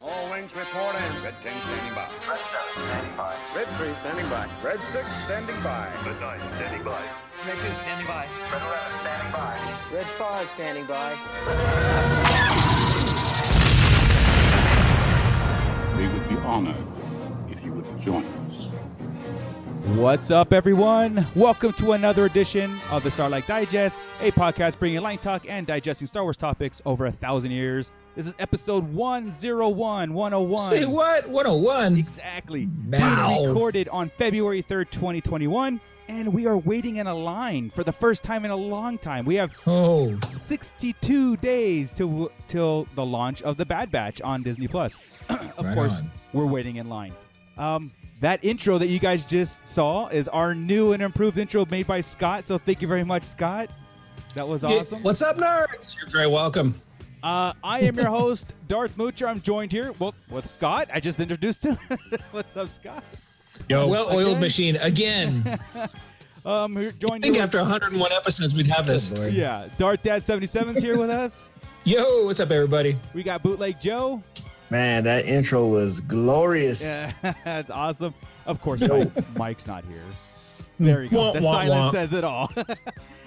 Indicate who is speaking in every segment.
Speaker 1: All wings reporting. Red 10 standing by.
Speaker 2: Red 7 standing by.
Speaker 1: Red 3 standing by. Red 6 standing by.
Speaker 3: Red 9 standing by.
Speaker 4: Red 2 standing by.
Speaker 2: Red 11 standing by.
Speaker 5: Red 5 standing by.
Speaker 6: We would be honored if you would join us.
Speaker 7: What's up, everyone? Welcome to another edition of the Starlight Digest, a podcast bringing line talk and digesting Star Wars topics over a thousand years. This is episode 101, 101.
Speaker 8: Say what? 101?
Speaker 7: Exactly.
Speaker 8: Wow.
Speaker 7: Recorded on February 3rd, 2021, and we are waiting in a line for the first time in a long time. We have
Speaker 8: Oh,
Speaker 7: 62 days to, till the launch of The Bad Batch on Disney Plus. of
Speaker 8: Right
Speaker 7: course,
Speaker 8: on.
Speaker 7: we're waiting in line. Um, that intro that you guys just saw is our new and improved intro made by Scott. So thank you very much, Scott. That was awesome.
Speaker 8: What's up, nerds? You're very welcome.
Speaker 7: Uh, I am your host, Darth Moocher. I'm joined here well, with Scott. I just introduced him. What's up, Scott?
Speaker 8: Yo, well-oiled
Speaker 7: Again?
Speaker 8: machine again.
Speaker 7: Um, we're
Speaker 8: I
Speaker 7: joined
Speaker 8: think
Speaker 7: here
Speaker 8: after 101 episodes, we'd have this.
Speaker 7: with, yeah, Darth Dad 77's here with us.
Speaker 8: Yo, what's up, everybody?
Speaker 7: We got Bootleg Joe.
Speaker 9: Man, that intro was glorious.
Speaker 7: Yeah, that's awesome. Of course, Mike, Mike's not here. There you go.
Speaker 8: Wah,
Speaker 7: The
Speaker 8: wah,
Speaker 7: silence
Speaker 8: wah.
Speaker 7: says it all.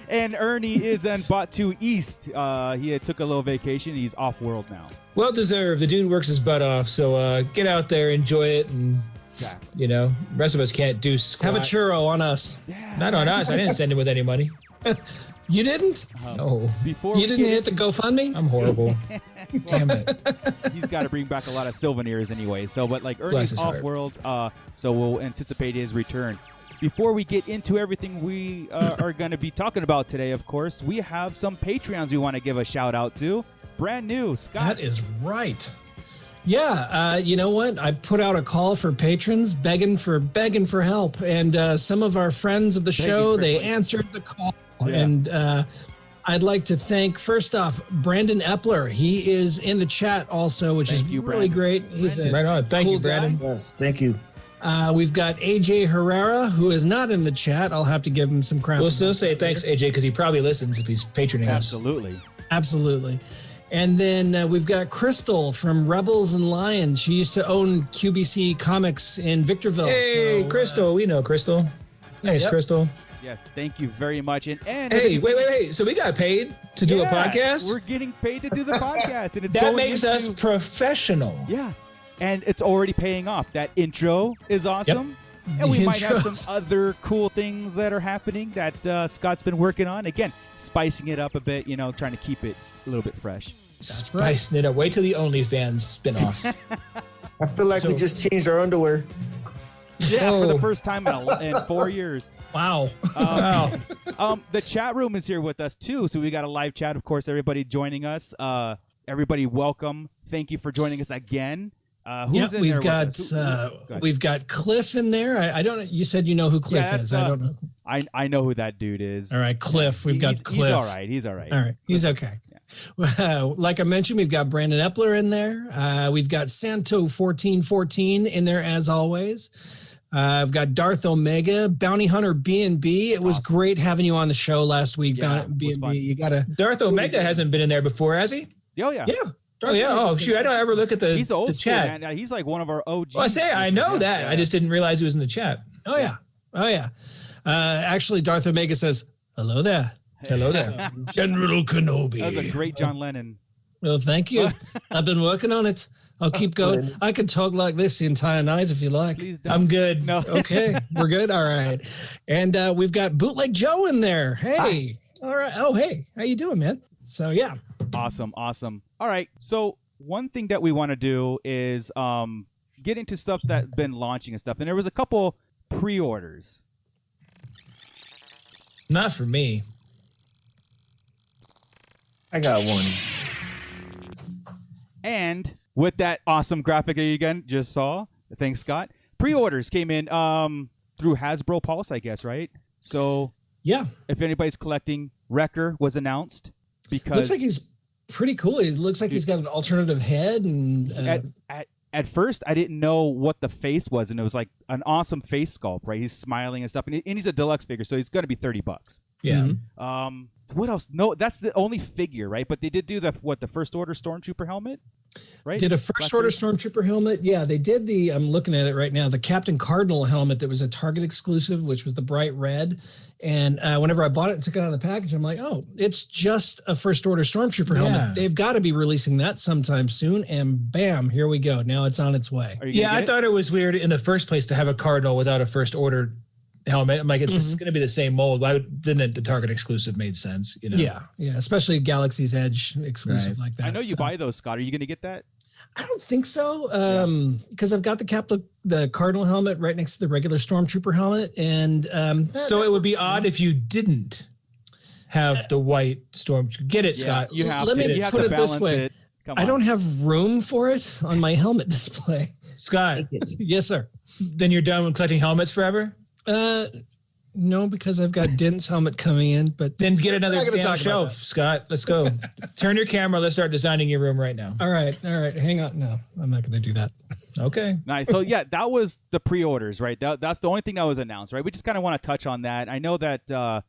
Speaker 7: and Ernie is in Batu East. Uh, he had took a little vacation. He's off world now.
Speaker 8: Well deserved. The dude works his butt off, so uh, get out there, enjoy it, and
Speaker 7: Exactly.
Speaker 8: you know, rest of us can't do squat. Have a churro on us. Not on us. I didn't send him with any money. you didn't? no.
Speaker 7: Uh-huh. Before
Speaker 8: you
Speaker 7: we
Speaker 8: didn't
Speaker 7: get
Speaker 8: hit the GoFundMe? I'm horrible. Damn it.
Speaker 7: he's got to bring back a lot of souvenirs anyway. So, but like
Speaker 8: Bless
Speaker 7: Ernie's
Speaker 8: his
Speaker 7: off
Speaker 8: heart.
Speaker 7: world, uh, so we'll anticipate his return. Before we get into everything we uh, are going to be talking about today, of course, we have some Patreons we want to give a shout out to. Brand new Scott.
Speaker 8: That is right. Yeah, uh, you know what? I put out a call for patrons, begging for begging for help, and uh, some of our friends of the show
Speaker 7: for
Speaker 8: they
Speaker 7: help.
Speaker 8: answered the call,
Speaker 7: Yeah.
Speaker 8: and uh, I'd like to thank first off Brandon Epler. He is in the chat also, which
Speaker 7: Thank
Speaker 8: is
Speaker 7: you,
Speaker 8: really great. He's a right on. Thank you, Brandon.
Speaker 9: Yes, thank you.
Speaker 8: Uh, we've got AJ Herrera, who is not in the chat. I'll have to give him some credit. We'll still say thanks, AJ, because he probably listens if he's patroning
Speaker 7: Absolutely.
Speaker 8: Absolutely. And then uh, we've got Crystal from Rebels and Lions. She used to own QBC Comics in Victorville. uh, Hey,
Speaker 7: uh,
Speaker 8: Crystal, we know Crystal. Thanks, Crystal.
Speaker 7: Yes, thank you very much. And, and
Speaker 8: Hey, wait, wait, wait. So we got paid to do
Speaker 7: Yeah,
Speaker 8: a podcast?
Speaker 7: We're getting paid to do the podcast, and it's
Speaker 8: that
Speaker 7: going
Speaker 8: makes
Speaker 7: into-
Speaker 8: us professional.
Speaker 7: yeah, and it's already paying off. That intro is awesome, and we
Speaker 8: The
Speaker 7: might have
Speaker 8: intros.
Speaker 7: some other cool things that are happening that uh, Scott's been working on. Again, spicing it up a bit, you know, trying to keep it a little bit fresh.
Speaker 8: Spicing it up. Wait till the OnlyFans spinoff.
Speaker 9: I feel like we
Speaker 8: So-
Speaker 9: just changed our underwear.
Speaker 7: Yeah, for the
Speaker 8: Oh.
Speaker 7: first time in, a, lo- in four years.
Speaker 8: wow. Uh,
Speaker 7: Um, um, the chat room is here with us too, so we got a live chat. Of course, everybody joining us. Uh, everybody, welcome. Thank you for joining us again. Uh, who's
Speaker 8: Yep,
Speaker 7: in
Speaker 8: we've
Speaker 7: there
Speaker 8: got
Speaker 7: with us? Who- who-
Speaker 8: uh,
Speaker 7: go ahead.
Speaker 8: we've got Cliff in there. I, I don't. You said you know who Cliff
Speaker 7: that's,
Speaker 8: is.
Speaker 7: uh,
Speaker 8: I don't know.
Speaker 7: I I know who that dude is.
Speaker 8: All right, Cliff. We've got
Speaker 7: he's,
Speaker 8: Cliff.
Speaker 7: He's all right. He's all right.
Speaker 8: All right, he's okay. Well, like I mentioned, we've got Brandon Epler in there. Uh, we've got Santo fourteen fourteen in there as always. Uh, I've got Darth Omega, Bounty Hunter B and B. It was great having you on the show last week,
Speaker 7: Yeah, it was
Speaker 8: B and
Speaker 7: fun.
Speaker 8: B. You gotta. Darth Omega hasn't been in there before, has he?
Speaker 7: Oh yeah.
Speaker 8: Yeah. Oh yeah. Oh shoot, I don't ever look at the,
Speaker 7: He's old
Speaker 8: the
Speaker 7: school,
Speaker 8: chat.
Speaker 7: man. He's like one of our OG.
Speaker 8: Well, I say I know that. I just didn't realize it was in the chat.
Speaker 7: Mm-hmm.
Speaker 8: Oh yeah. Oh yeah. Uh, actually, Darth Omega says, "Hello there." Hello there, General Kenobi.
Speaker 7: That was a great John Lennon.
Speaker 8: Well, thank you. I've been working on it. I'll keep going. I could talk like this the entire night if you like.
Speaker 7: Please don't.
Speaker 8: I'm good.
Speaker 7: No.
Speaker 8: Okay. We're good. All right. And uh, we've got Bootleg Joe in there. Hey. All right. Oh, hey. How you doing, man? So yeah.
Speaker 7: Awesome, awesome. All right. So one thing that we want to do is um get into stuff that's been launching and stuff. And there was a couple pre-orders.
Speaker 8: Not for me.
Speaker 9: I got one.
Speaker 7: And with that awesome graphic that you again just saw, thanks Scott. Pre-orders came in um through Hasbro Pulse, I guess, right? So
Speaker 8: Yeah.
Speaker 7: if anybody's collecting, Wrecker was announced because
Speaker 8: Looks like he's pretty cool. He looks like he's got an alternative head and uh,
Speaker 7: at, at, at first I didn't know what the face was, and it was like an awesome face sculpt, right? He's smiling and stuff, and, he- and he's a deluxe figure, so he's going to be thirty bucks.
Speaker 8: Yeah.
Speaker 7: Um, what else? No, that's the only figure, right? But they did do the what the first order stormtrooper helmet, right?
Speaker 8: Did a first
Speaker 7: Last
Speaker 8: order
Speaker 7: week?
Speaker 8: stormtrooper helmet? Yeah, they did the. I'm looking at it right now. The Captain Cardinal helmet that was a Target exclusive, which was the bright red. And uh, whenever I bought it, and took it out of the package. I'm like, oh, it's just a first order stormtrooper
Speaker 3: Yeah.
Speaker 8: helmet. They've got to be releasing that sometime soon. And bam, here we go. Now it's on its way.
Speaker 7: Are you gonna
Speaker 3: Yeah, I
Speaker 7: get it?
Speaker 3: thought it was weird in the first place to have a cardinal without a first order helmet. I'm like, it's
Speaker 8: Mhm.
Speaker 3: just going to be the same mold. Why would- didn't it, the Target exclusive made sense? You know?
Speaker 8: Yeah, yeah, especially a Galaxy's Edge exclusive like that.
Speaker 7: I know you
Speaker 8: so-
Speaker 7: buy those, Scott. Are you going to get that?
Speaker 8: I don't think so. Um, because I've got the cap the cardinal helmet right next to the regular stormtrooper helmet, and um,
Speaker 3: So it would be odd if you didn't have the white storm. Get it, Scott?
Speaker 7: you have
Speaker 8: let
Speaker 7: to.
Speaker 8: me
Speaker 7: you have
Speaker 8: put
Speaker 7: to
Speaker 8: it this
Speaker 7: balance
Speaker 8: way.
Speaker 7: It. Come on.
Speaker 8: I don't have room for it on my helmet display.
Speaker 3: Scott,
Speaker 8: yes, sir.
Speaker 3: then you're done with collecting helmets forever.
Speaker 8: Uh, no, because I've got Denton's helmet coming in, but
Speaker 3: Then get
Speaker 8: not
Speaker 3: another
Speaker 8: gonna
Speaker 3: damn
Speaker 8: talk about
Speaker 3: shelf,
Speaker 8: that.
Speaker 3: Scott. Let's go. Turn your camera. Let's start designing your room right now.
Speaker 8: all right, all right, hang on. No, I'm not going to do that.
Speaker 3: Okay.
Speaker 7: Nice. So yeah, that was the pre-orders, right? That, that's the only thing that was announced, right? We just kind of want to touch on that. I know that, uh,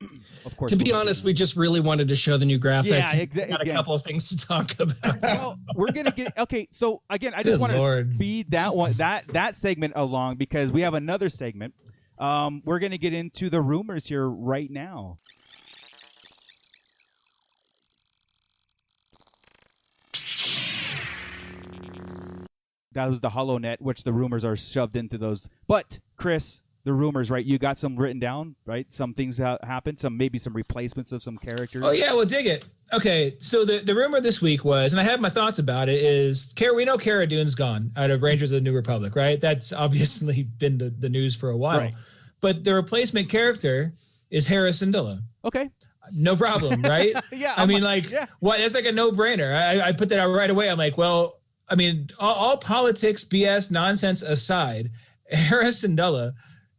Speaker 7: of course.
Speaker 8: To be honest, we just really wanted to show the new graphic.
Speaker 7: Yeah, exa-
Speaker 8: Got a
Speaker 7: again.
Speaker 8: couple of things to talk about.
Speaker 7: well, we're gonna get okay. So again, I
Speaker 3: Good
Speaker 7: just want to
Speaker 3: Lord.
Speaker 7: speed that one that that segment along because we have another segment. Um, we're gonna get into the rumors here right now. That was the Hollow Net, which the rumors are shoved into those. But Chris, the rumors, right? You got some written down, right? Some things that happened, some maybe some replacements of some characters.
Speaker 3: Oh yeah, well dig it. Okay, so the, the rumor this week was, and I have my thoughts about it, is Cara, we know Cara Dune's gone out of Rangers of the New Republic, right? That's obviously been the, the news for a while.
Speaker 7: Right.
Speaker 3: But the replacement character is Harrison Dilla.
Speaker 7: Okay,
Speaker 3: No problem, right?
Speaker 7: yeah.
Speaker 3: I
Speaker 7: I'm
Speaker 3: mean, like,
Speaker 7: yeah.
Speaker 3: what? That's like a no-brainer. I, I put that out right away. I'm like, well, I mean, all, all politics, BS, nonsense aside, Harris Sandula,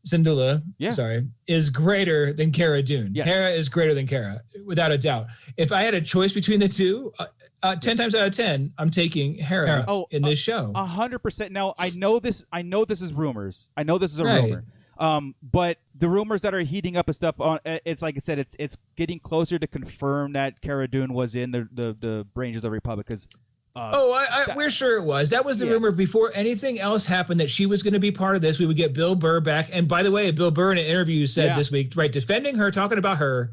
Speaker 3: Sandula,
Speaker 7: Yeah.
Speaker 3: sorry, is greater than Cara Dune.
Speaker 7: Yes.
Speaker 3: Hera is greater than Cara, without a doubt. If I had a choice between the two, uh, uh, ten times out of ten, I'm taking Hera,
Speaker 8: Hera.
Speaker 7: Oh,
Speaker 3: in this show.
Speaker 7: A hundred percent. Now I know this. I know this is rumors. I know this is a
Speaker 3: Right.
Speaker 7: rumor. Um, but the rumors that are heating up and stuff on uh, it's like I said, it's it's getting closer to confirm that Cara Dune was in the the, the Rangers of the Republic because uh,
Speaker 3: Oh, I, I,
Speaker 7: That-
Speaker 3: we're sure it was. That was the
Speaker 7: Yeah.
Speaker 3: rumor before anything else happened that she was going to be part of this. We would get Bill Burr back. And by the way, Bill Burr in an interview said
Speaker 7: Yeah.
Speaker 3: this week, right, defending her, talking about her,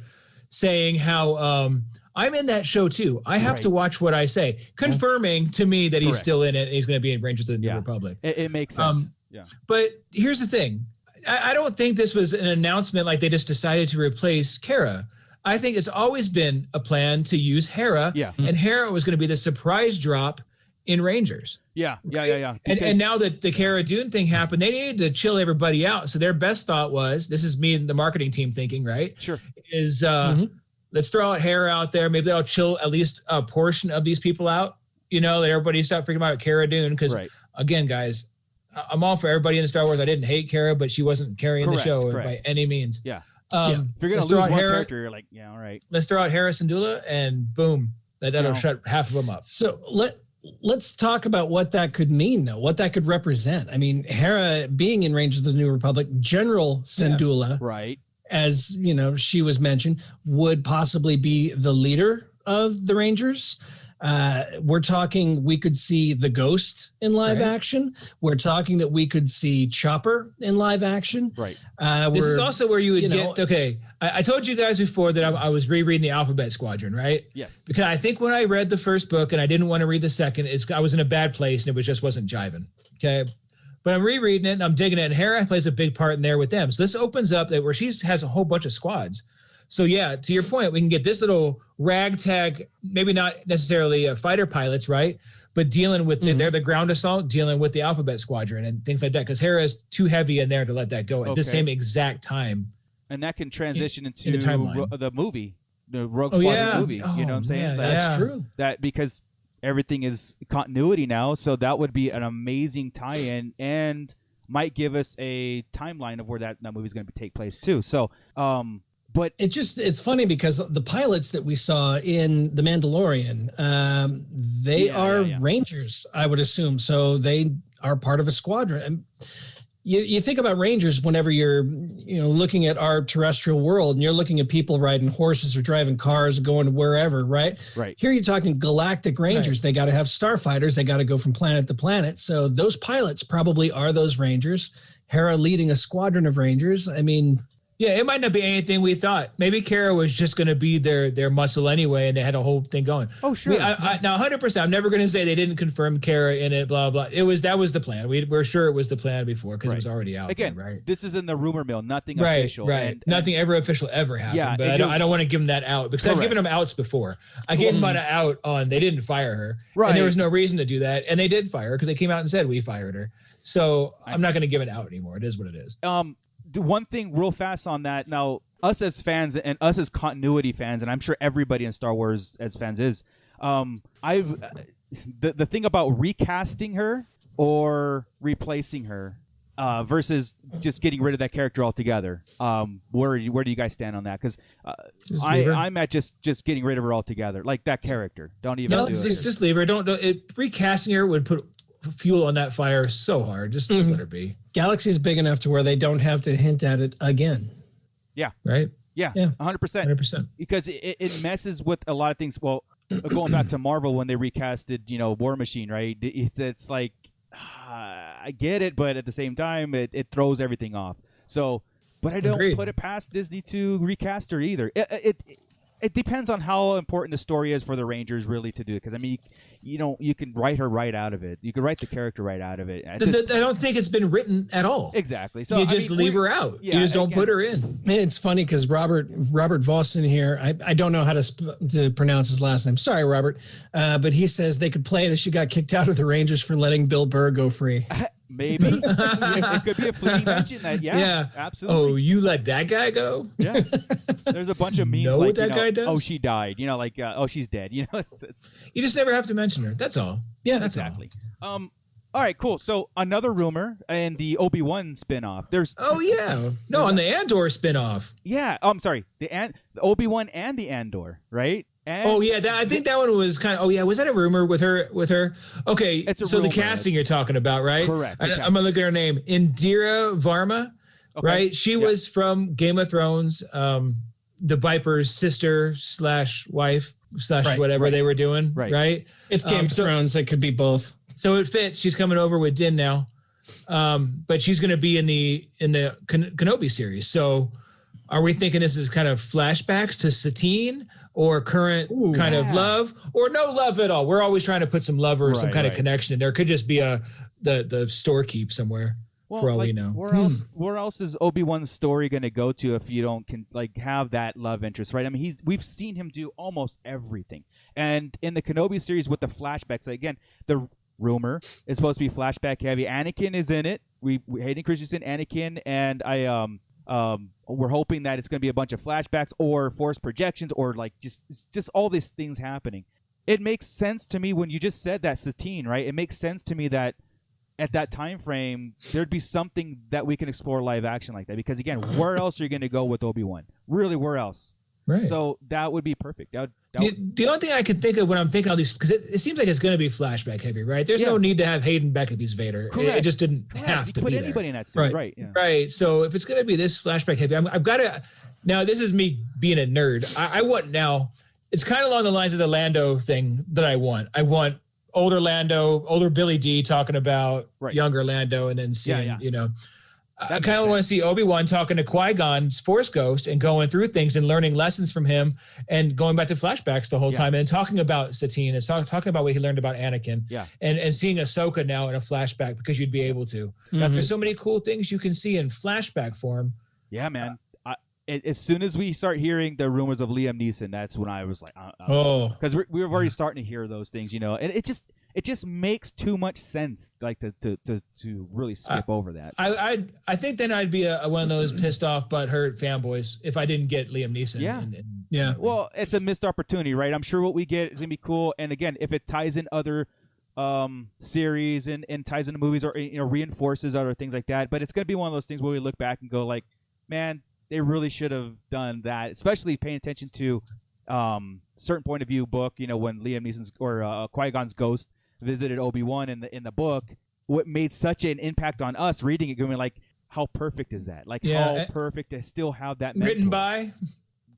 Speaker 3: saying how um, I'm in that show too. I have to watch what I say, confirming to me that he's
Speaker 7: Correct.
Speaker 3: still in it and he's going to be in Rangers of the
Speaker 7: Yeah.
Speaker 3: New Republic.
Speaker 7: it, it makes sense.
Speaker 3: Um,
Speaker 7: yeah.
Speaker 3: But here's the thing I, I don't think this was an announcement like they just decided to replace Kara. I think it's always been a plan to use Hera.
Speaker 7: Yeah.
Speaker 3: And Hera was going to be the surprise drop in Rangers.
Speaker 7: Yeah. Yeah. Yeah. Yeah.
Speaker 3: And,
Speaker 7: Because-
Speaker 3: and now that the Cara Dune thing happened, they needed to chill everybody out. So their best thought was, this is me and the marketing team thinking, right?
Speaker 7: sure.
Speaker 3: Is uh,
Speaker 7: Mm-hmm.
Speaker 3: let's throw out hair out there. Maybe that'll chill at least a portion of these people out. You know, that everybody stop freaking out Cara Dune because
Speaker 7: Right.
Speaker 3: again, guys, I- I'm all for everybody in Star Wars. I didn't hate Cara, but she wasn't carrying
Speaker 7: Correct,
Speaker 3: the show by
Speaker 7: correct.
Speaker 3: any means.
Speaker 7: Yeah.
Speaker 3: Um,
Speaker 8: Yeah.
Speaker 7: If you're gonna
Speaker 3: let's
Speaker 7: lose
Speaker 3: throw
Speaker 7: one
Speaker 3: out Hera.
Speaker 7: character, you're like, yeah, all right.
Speaker 3: Let's throw out Harris and Dula, and boom, that, that'll
Speaker 7: No.
Speaker 3: shut half of them up.
Speaker 8: So let let's talk about what that could mean, though. What that could represent. I mean, Hera being in Rangers of the New Republic, General Syndulla,
Speaker 7: Right.
Speaker 8: as you know, she was mentioned, would possibly be the leader of the Rangers. Uh, we're talking we could see the Ghost in live
Speaker 3: Right.
Speaker 8: action. We're talking that we could see Chopper in live action.
Speaker 7: Right.
Speaker 8: Uh,
Speaker 3: This
Speaker 8: we're-
Speaker 3: is also where you would
Speaker 8: you know-
Speaker 3: get okay. I, I told you guys before that I, I was rereading the Alphabet Squadron, right?
Speaker 7: Yes.
Speaker 3: Because I think when I read the first book and I didn't want to read the second, is I was in a bad place and it was just wasn't jiving. Okay. But I'm rereading it and I'm digging it, and Hera plays a big part in there with them. So this opens up that where she has a whole bunch of squads. So yeah, to your point, we can get this little ragtag, maybe not necessarily uh, fighter pilots, right? But dealing with the, they're the ground assault, dealing with the Alphabet Squadron and things like that, because Hera is too heavy in there to let that go at
Speaker 7: Okay.
Speaker 3: the same exact time
Speaker 7: And that can transition into
Speaker 3: in the timeline.
Speaker 7: Ro- the movie, the Rogue
Speaker 3: Oh,
Speaker 7: Squadron
Speaker 3: yeah. Oh,
Speaker 7: movie. you know what I'm saying?
Speaker 3: man,
Speaker 7: Like-
Speaker 3: that's
Speaker 8: that's
Speaker 3: Yeah.
Speaker 8: true.
Speaker 7: that because everything is continuity now so that would be an amazing tie-in and might give us a timeline of where that, that movie is going to take place too so um but
Speaker 8: it just it's funny because the pilots that we saw in the mandalorian um they
Speaker 7: Yeah,
Speaker 8: are
Speaker 7: yeah, yeah.
Speaker 8: rangers i would assume so they are part of a squadron And you, you think about rangers whenever you're you know looking at our terrestrial world and you're looking at people riding horses or driving cars or going wherever right
Speaker 7: Right.
Speaker 8: here you're talking galactic rangers they got to have starfighters they got to go from planet to planet so those pilots probably are those rangers hera leading a squadron of rangers i mean
Speaker 3: Yeah, it might not be anything we thought. Maybe Kara was just going to be their their muscle anyway, and they had a whole thing going.
Speaker 7: Oh, sure.
Speaker 3: We, I, I, now, hundred percent. I'm never going to say they didn't confirm Kara in it. Blah blah. It was that was the plan. We were sure it was the plan before because
Speaker 7: Right.
Speaker 3: it was already out.
Speaker 7: Again,
Speaker 3: there, right?
Speaker 7: this is in the rumor mill, nothing
Speaker 3: Right,
Speaker 7: official.
Speaker 3: right.
Speaker 7: and-
Speaker 3: Nothing ever official ever happened.
Speaker 7: Yeah,
Speaker 3: but
Speaker 7: and
Speaker 3: I don't.
Speaker 7: you-
Speaker 3: I don't want to give them that out because I've
Speaker 7: Correct. Mm-hmm.
Speaker 3: given them outs before. I gave them an out on they didn't fire her. And
Speaker 7: Right.
Speaker 3: there was no reason to do that, and they did fire her because they came out and said we fired her. So I'm not going to give it out anymore. It is what it is.
Speaker 7: um the one thing real fast on that now us as fans and us as continuity fans and i'm sure everybody in star wars as fans is um i've the, the thing about recasting her or replacing her uh, versus just getting rid of that character altogether. Um, where where do you guys stand on that? Because uh,
Speaker 3: Just
Speaker 7: I
Speaker 3: leave her.
Speaker 7: I'm at just just getting rid of her altogether, like that character. Don't even
Speaker 3: No,
Speaker 7: do
Speaker 3: just,
Speaker 7: it.
Speaker 3: just leave her. Don't. don't it, recasting her would put fuel on that fire so hard. Just, just let her be.
Speaker 8: galaxy's big enough to where they don't have to hint at it again
Speaker 3: Right.
Speaker 7: yeah,
Speaker 8: yeah.
Speaker 7: 100 percent.
Speaker 3: Hundred percent.
Speaker 7: because it, it messes with a lot of things. Well, uh, going back to Marvel when they recasted, you know, War Machine, right? It, it's like uh, I get it, but at the same time, it, it throws everything off. So, but I don't
Speaker 3: Agreed.
Speaker 7: put it past Disney to recast her either. It, it it- it depends on how important the story is for the Rangers really to do. Because I mean, you, you know, you can write her right out of it. You can write the character right out of it. I just-
Speaker 3: I don't think it's been written at all.
Speaker 7: exactly. So
Speaker 3: you
Speaker 7: I
Speaker 3: just
Speaker 7: mean,
Speaker 3: leave
Speaker 7: we're-
Speaker 3: her out.
Speaker 7: yeah,
Speaker 3: you just don't put
Speaker 7: again-
Speaker 3: her in.
Speaker 8: It's funny because Robert Robert Vossen here, I, I don't know how to sp- to pronounce his last name. Sorry, Robert, uh, but he says they could play it if she got kicked out of the Rangers for letting Bill Burr go free.
Speaker 7: Maybe it could be a fleeting mention that yeah,
Speaker 3: Yeah.
Speaker 7: absolutely.
Speaker 3: Oh, you let that guy go?
Speaker 7: Yeah, there's a bunch of memes.
Speaker 3: Know
Speaker 7: like,
Speaker 3: what
Speaker 7: you
Speaker 3: that
Speaker 7: know,
Speaker 3: guy does?
Speaker 7: Oh, she died. You know, like uh, oh, she's dead. You know, it's, it's,
Speaker 3: You just never have to mention her. That's all.
Speaker 8: Yeah,
Speaker 3: that's
Speaker 7: exactly. Um, all right, cool. So another rumor and the Obi wan spinoff. There's
Speaker 3: All. Oh yeah. No, on the Andor spinoff.
Speaker 7: yeah. Oh, I'm sorry. The and the Obi wan and the Andor, right? And,
Speaker 3: Oh yeah, that, I think that one was kind of. Oh yeah, was that a rumor with her? With her? Okay,
Speaker 7: It's a
Speaker 3: so the
Speaker 7: rumor.
Speaker 3: casting you're talking about, right?
Speaker 7: Correct, the
Speaker 3: I,
Speaker 7: casting.
Speaker 3: I'm gonna look at her name, Indira Varma,
Speaker 7: Okay.
Speaker 3: right? She
Speaker 7: Yeah.
Speaker 3: was from Game of Thrones, um, the Viper's sister slash wife slash
Speaker 8: Right,
Speaker 3: whatever they were doing,
Speaker 7: Right.
Speaker 3: Right.
Speaker 8: It's Game
Speaker 3: Um,
Speaker 8: of
Speaker 3: so-
Speaker 8: Thrones. It could be both.
Speaker 3: so it fits. She's coming over with Din now, um, but she's going to be in the in the Ken- Kenobi series. So, are we thinking this is kind of flashbacks to Satine or current kind of love or no love at all? We're always trying to put some love or some
Speaker 7: Right,
Speaker 3: kind
Speaker 7: right.
Speaker 3: of connection in there. Could just be a the the storekeep somewhere
Speaker 7: Well,
Speaker 3: for all we
Speaker 7: like,
Speaker 3: know. Hmm.
Speaker 7: Where else? Where else is Obi Wan's story going to go to if you don't can like have that love interest, right? I mean, he's we've seen him do almost everything, and in the Kenobi series with the flashbacks again, the rumor is supposed to be flashback heavy. Anakin is in it. We, we Hayden Christensen, Anakin, and I um um we're hoping that it's going to be a bunch of flashbacks or force projections or like just it's just all these things happening. It makes sense to me when you just said that Satine, right? It makes sense to me that at that time frame, there'd be something that we can explore live action like that. Because again, where else are you going to go with Obi Wan? Really, where else?
Speaker 3: Right.
Speaker 7: So that would be perfect. That would, that
Speaker 3: The,
Speaker 7: would-
Speaker 3: the only thing I can think of when I'm thinking all these, because it, it seems like it's going to be flashback heavy, right? There's
Speaker 7: Yeah.
Speaker 3: no need to have Hayden Becketty's Vader. It- It,
Speaker 7: Correct.
Speaker 3: just didn't
Speaker 7: Correct.
Speaker 3: have
Speaker 7: you
Speaker 3: to
Speaker 7: put
Speaker 3: be there.
Speaker 7: anybody in that suit, right?
Speaker 8: Right.
Speaker 7: yeah.
Speaker 3: Right. So if it's going to be this flashback heavy, I'm, I've got to. Now, this is me being a nerd. I, I want now. It's kind of along the lines of the Lando thing that I want. I want older Lando, older Billy D talking about
Speaker 7: Right.
Speaker 3: younger Lando, and then seeing
Speaker 7: yeah.
Speaker 3: you know. I
Speaker 7: makes
Speaker 3: kind of
Speaker 7: sense.
Speaker 3: want to see Obi Wan talking to Qui Gon's Force Ghost and going through things and learning lessons from him and going back to flashbacks the whole
Speaker 7: Yeah.
Speaker 3: time and talking about Satine and talk, talking about what he learned about Anakin
Speaker 7: Yeah.
Speaker 3: and and seeing Ahsoka now in a flashback because you'd be able to.
Speaker 8: Mm-hmm.
Speaker 3: There's so many cool things you can see in flashback form.
Speaker 7: Yeah, man. I, a- as soon as we start hearing the rumors of Liam Neeson, that's when I was like, uh, uh,
Speaker 8: Oh,
Speaker 7: because we were already starting to hear those things, you know, and it just it just makes too much sense, like to to to, to really skip over that.
Speaker 3: I I, I think then I'd be a, a one of those pissed off but hurt fanboys if I didn't get Liam Neeson.
Speaker 7: Yeah.
Speaker 3: in- in-
Speaker 8: yeah.
Speaker 7: Well, it's a missed opportunity, right? I'm sure what we get is gonna be cool. And again, if it ties in other um, series and, and ties into movies or you know reinforces other things like that, but it's gonna be one of those things where we look back and go like, man, they really should have done that, especially paying attention to um, certain point of view book. You know, when Liam Neeson's or uh, Qui Gon's ghost visited Obi Wan in the in the book. what made such an impact on us reading it, going like, how perfect is that? Like
Speaker 3: Yeah,
Speaker 7: how
Speaker 3: eh,
Speaker 7: perfect to still have that
Speaker 3: Written
Speaker 7: mentor.
Speaker 3: by
Speaker 7: Daniel-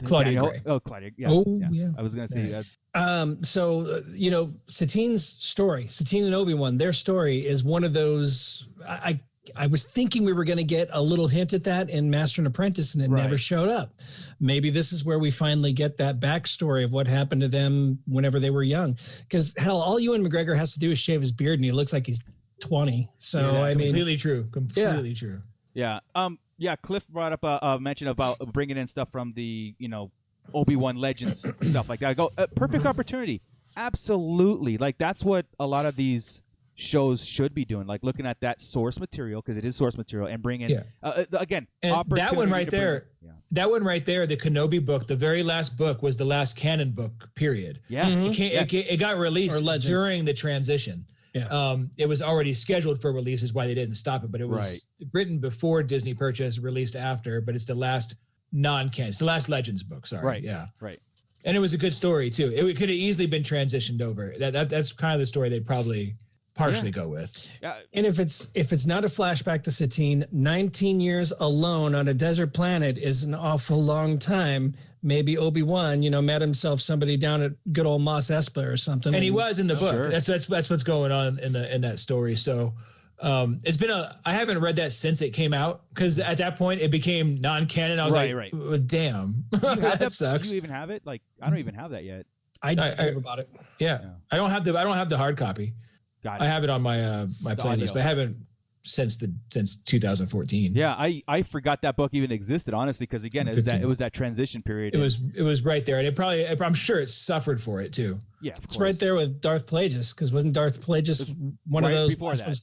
Speaker 3: Claudia Gray.
Speaker 7: Oh, Claudia. Yeah,
Speaker 8: Oh,
Speaker 7: yeah.
Speaker 8: yeah.
Speaker 7: I was gonna say
Speaker 3: Yeah.
Speaker 7: that.
Speaker 8: um so uh, you know satine's story satine and obi-wan their story is one of those i i I was thinking we were going to get a little hint at that in master and apprentice and it never
Speaker 7: Right.
Speaker 8: showed up maybe this is where we finally get that backstory of what happened to them whenever they were young because hell all ewan mcgregor has to do is shave his beard and he looks like he's 20 so
Speaker 3: Yeah,
Speaker 8: i mean
Speaker 3: completely true. Completely true.
Speaker 7: Yeah. Um. Yeah. Cliff brought up a, a mention about bringing in stuff from the you know Obi Wan Legends stuff like that. I go uh, perfect opportunity. Absolutely. Like that's what a lot of these shows should be doing. Like looking at that source material because it is source material and bringing
Speaker 3: Yeah.
Speaker 7: uh, uh, again
Speaker 3: And that
Speaker 7: opportunity
Speaker 3: one
Speaker 7: to
Speaker 3: right
Speaker 7: bring-
Speaker 3: there, that one right there, the Kenobi book, the very last book was the last canon book. Period.
Speaker 7: Yeah. Yeah.
Speaker 3: It, can't,
Speaker 7: Yeah.
Speaker 3: it, can't- it got
Speaker 8: Mm-hmm. Or
Speaker 3: released
Speaker 8: Legends.
Speaker 3: during the transition.
Speaker 8: Yeah.
Speaker 3: Um, it was already scheduled for release, is why they didn't stop it. But it was written before Disney purchase, released after. But it's the last non-canon. It's the last Legends book. Sorry.
Speaker 7: Right.
Speaker 3: Yeah.
Speaker 7: Right.
Speaker 3: And it was a good story too. It, could have easily been transitioned over. That, that that's kind of the story they'd probably partially go with.
Speaker 7: Yeah.
Speaker 8: and if it's if it's not a flashback to Satine, 19 years alone on a desert planet is an awful long time. Maybe Obi-Wan, you know, met himself somebody down at good old Moss Espa or something.
Speaker 3: and
Speaker 7: Mm-hmm.
Speaker 3: he was in the book.
Speaker 7: Sure.
Speaker 3: That's that's that's what's going on in the in that story. So um it's been a I haven't read that since it came out because at that point it became non-canon. I was
Speaker 7: Right,
Speaker 3: like,
Speaker 7: right.
Speaker 3: "Uh, damn,
Speaker 7: You have
Speaker 3: that,
Speaker 7: that-
Speaker 3: sucks.
Speaker 7: Do you even have it? Like I don't even have that yet.
Speaker 8: I, I,
Speaker 3: I- I-
Speaker 8: about it.
Speaker 3: yeah.
Speaker 7: Yeah.
Speaker 3: I don't have the I don't have the hard copy.
Speaker 7: Got
Speaker 3: I
Speaker 7: it.
Speaker 3: have it on my uh my
Speaker 7: The
Speaker 3: playlist,
Speaker 7: audio.
Speaker 3: but I haven't since the since 2014.
Speaker 7: Yeah, I, I forgot that book even existed honestly because again it was that
Speaker 3: 15.
Speaker 7: it was that transition period.
Speaker 3: It was it was right there, and it probably I'm sure it suffered for it too.
Speaker 7: yeah, of
Speaker 8: It's
Speaker 7: course.
Speaker 8: right there with Darth Plagueis because wasn't Darth Plagueis one
Speaker 7: right
Speaker 8: of those
Speaker 7: before
Speaker 8: last
Speaker 7: that.
Speaker 8: ones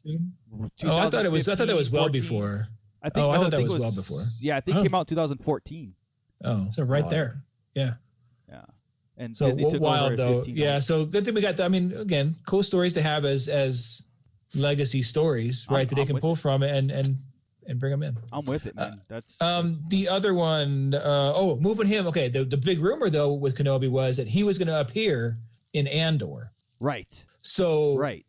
Speaker 8: to-
Speaker 3: Oh, I thought it was I thought that was well
Speaker 7: 2015, 14.
Speaker 3: before.
Speaker 7: I think,
Speaker 3: Oh, I
Speaker 7: no,
Speaker 3: thought that
Speaker 7: think
Speaker 3: was
Speaker 7: it
Speaker 3: well before.
Speaker 7: Yeah, I think
Speaker 8: Oh.
Speaker 7: it came out 2014.
Speaker 3: Oh,
Speaker 8: So right
Speaker 3: Oh, I-
Speaker 8: there.
Speaker 7: And
Speaker 3: So
Speaker 7: Disney
Speaker 3: w-
Speaker 7: took
Speaker 3: wild
Speaker 7: over
Speaker 3: though,
Speaker 7: 15
Speaker 3: yeah. So good thing we got. The, I mean, again, cool stories to have as as legacy stories,
Speaker 7: I'm-
Speaker 3: right? that they
Speaker 7: I'm
Speaker 3: can
Speaker 7: with
Speaker 3: pull from and and and bring them in.
Speaker 7: I'm with it, man. That's
Speaker 3: Um, the other one, uh, oh, moving him. Okay, the the big rumor though with Kenobi was that he was going to appear in Andor.
Speaker 7: right,
Speaker 3: So
Speaker 7: right.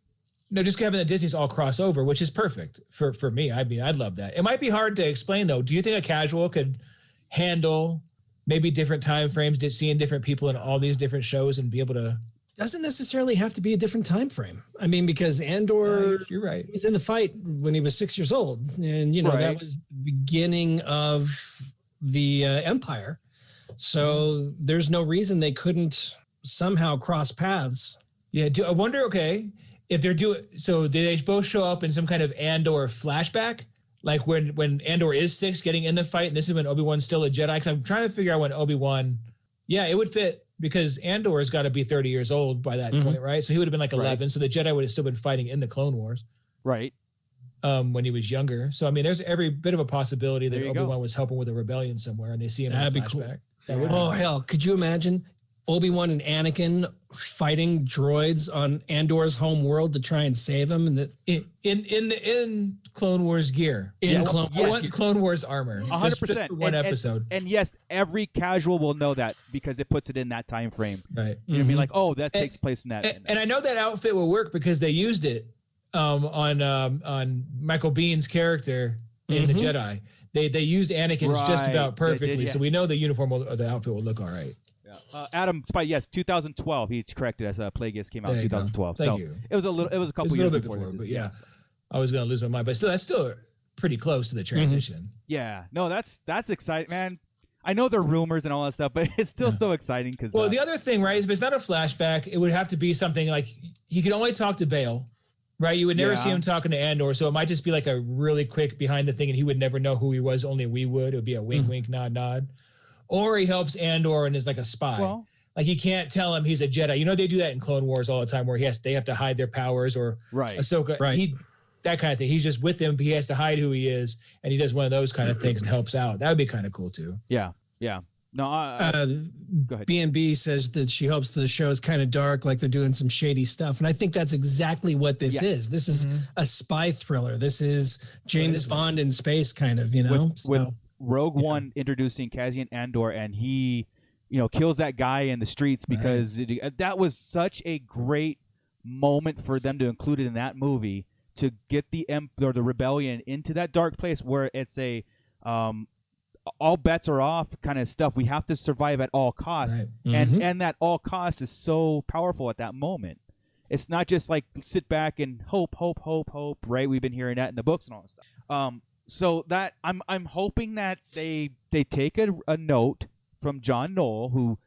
Speaker 3: no, just having the Disney's all cross over, which is perfect for for me. I mean, I'd love that. It might be hard to explain though. Do you think a casual could handle maybe different time frames, did- seeing different people in all these different shows, and be able to?
Speaker 8: Doesn't necessarily have to be a different time frame. I mean, because Andor
Speaker 3: Or, you're right.
Speaker 8: he was in the fight when he was six years old, and you know that
Speaker 7: Right.
Speaker 8: was the beginning of the uh, empire. So there's no reason they couldn't somehow cross paths.
Speaker 3: Yeah, do I wonder? Okay, if they're doing so, do they both show up in some kind of Andor flashback? Like when when Andor is six, getting in the fight, and this is when Obi Wan's still a Jedi. Because I'm trying to figure out when Obi Wan. Yeah, it would fit because Andor's got to be 30 years old by that
Speaker 8: Mhm.
Speaker 3: point, right? So he would have been like
Speaker 7: Mm-hmm. Right.
Speaker 3: 11. So the Jedi would have still been fighting in the Clone Wars
Speaker 7: Right.
Speaker 3: um, when he was younger. So I mean, there's every bit of a possibility that
Speaker 7: There you
Speaker 3: Obi
Speaker 7: go.
Speaker 3: Wan was helping with a rebellion somewhere, and they see him
Speaker 8: That'd
Speaker 3: in
Speaker 8: be
Speaker 3: a flashback.
Speaker 8: cool.
Speaker 3: That would be
Speaker 8: Oh hell, could you imagine Obi Wan and Anakin fighting droids on Andor's home world to try and save him? And that
Speaker 3: in in in the in Clone Wars gear.
Speaker 8: In
Speaker 3: Yeah, I
Speaker 8: Clone
Speaker 3: want- I
Speaker 8: Wars
Speaker 3: want
Speaker 8: gear.
Speaker 3: Clone Wars armor.
Speaker 7: A
Speaker 3: Just-
Speaker 7: hundred
Speaker 3: just
Speaker 7: percent.
Speaker 3: for one
Speaker 7: And- and-
Speaker 3: episode,
Speaker 7: And yes, every casual will know that because it puts it in that time frame.
Speaker 3: right?
Speaker 7: You know what I mean? Like, oh, that
Speaker 3: Mm-hmm. And-
Speaker 7: takes place in that.
Speaker 3: And, and I know that outfit will work because they used it um, on um, on Michael Bean's character in the Jedi. They they used Anakin's
Speaker 7: Mm-hmm.
Speaker 3: just
Speaker 7: Right,
Speaker 3: about
Speaker 7: they did,
Speaker 3: perfectly, so
Speaker 7: yeah.
Speaker 3: we know the uniform will, or the outfit will look all right.
Speaker 7: uh, Adam Spy, yes, 2012. He corrected us. Uh, Plagueis came out
Speaker 3: There
Speaker 7: in
Speaker 3: you go.
Speaker 7: 2012.
Speaker 3: Thank
Speaker 7: so
Speaker 3: you.
Speaker 7: it was a little. It was a couple
Speaker 3: It's a
Speaker 7: years
Speaker 3: little bit
Speaker 7: before,
Speaker 3: before,
Speaker 7: this.
Speaker 3: but yeah, I was gonna lose my mind, but still, that's still pretty close to the
Speaker 7: Mm-hmm.
Speaker 3: transition.
Speaker 7: Yeah. No, that's that's exciting, man. I know the rumors and all that stuff, but it's still so exciting uh, because
Speaker 3: Well, the other thing, right, is if it's not a flashback, it would have to be something like he could only talk to Bale, right? You would never see
Speaker 7: Yeah.
Speaker 3: him talking to Andor, so it might just be like a really quick behind the thing, and he would never know who he was. Only we would. It would be a wink, wink, nod, nod. Or he helps Andor and is like a spy.
Speaker 7: well,
Speaker 3: like he can't tell him he's a Jedi. You know they do that in Clone Wars all the time, where he has they have to hide their powers or
Speaker 7: right.
Speaker 3: Ahsoka,
Speaker 8: Right.
Speaker 3: he that kind of thing. He's just with him, but he has to hide who he is, and he does one of those kind of things and helps out. That would be kind of cool too.
Speaker 7: Yeah, yeah. No, I, I-
Speaker 8: uh,
Speaker 7: go ahead.
Speaker 8: B&B says that she hopes the show is kind of dark, like they're doing some shady stuff. And I think that's exactly what this
Speaker 7: Yes.
Speaker 8: is. This is a spy thriller. This is James
Speaker 3: is it?
Speaker 8: Bond in space, kind of, you know?
Speaker 7: with, with Rogue One introducing Cassian Andor, and he, you know, kills that guy in the streets uh, because it, that was such a great moment for them to include it in that movie to get the em- or the rebellion into that dark place where it's a um, all bets are off kind of stuff. We have to survive at all costs,
Speaker 3: Right.
Speaker 7: and
Speaker 8: Mhm.
Speaker 7: and that all costs is so powerful at that moment. It's not just like sit back and hope, hope, hope, hope. Right? We've been hearing that in the books and all that stuff. Um, so that I'm I'm hoping that they they take a, a note from John Knoll, who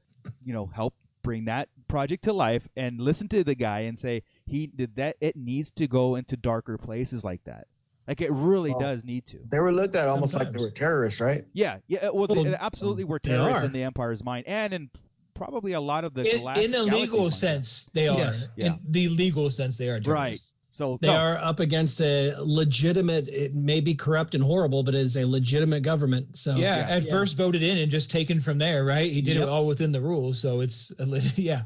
Speaker 7: you know helped bring that project to life, and listen to the guy and say he did that. It needs to go into darker places like that. Like it really
Speaker 9: Well,
Speaker 7: does need to.
Speaker 9: They were looked at almost like
Speaker 3: Sometimes.
Speaker 9: they were terrorists, right?
Speaker 7: Yeah, yeah. uh, Well,
Speaker 8: Well,
Speaker 7: they, absolutely, were
Speaker 8: they
Speaker 7: terrorists
Speaker 8: are.
Speaker 7: in the Empire's mind, and in probably a lot of the
Speaker 3: in,
Speaker 7: glass
Speaker 3: in the
Speaker 7: galaxy
Speaker 3: legal
Speaker 7: mind.
Speaker 3: sense, they are.
Speaker 8: Yes.
Speaker 7: Yeah.
Speaker 3: In the legal sense, they are.
Speaker 7: right?
Speaker 3: terrorists.
Speaker 7: So
Speaker 8: They
Speaker 7: no,
Speaker 8: are up against a legitimate, it may be corrupt and horrible, but it is a legitimate government. So,
Speaker 3: Yeah,
Speaker 7: yeah.
Speaker 3: At first voted in and just taken from there. Right. He did
Speaker 8: Yep.
Speaker 3: it all within the rules. So it's a li- yeah.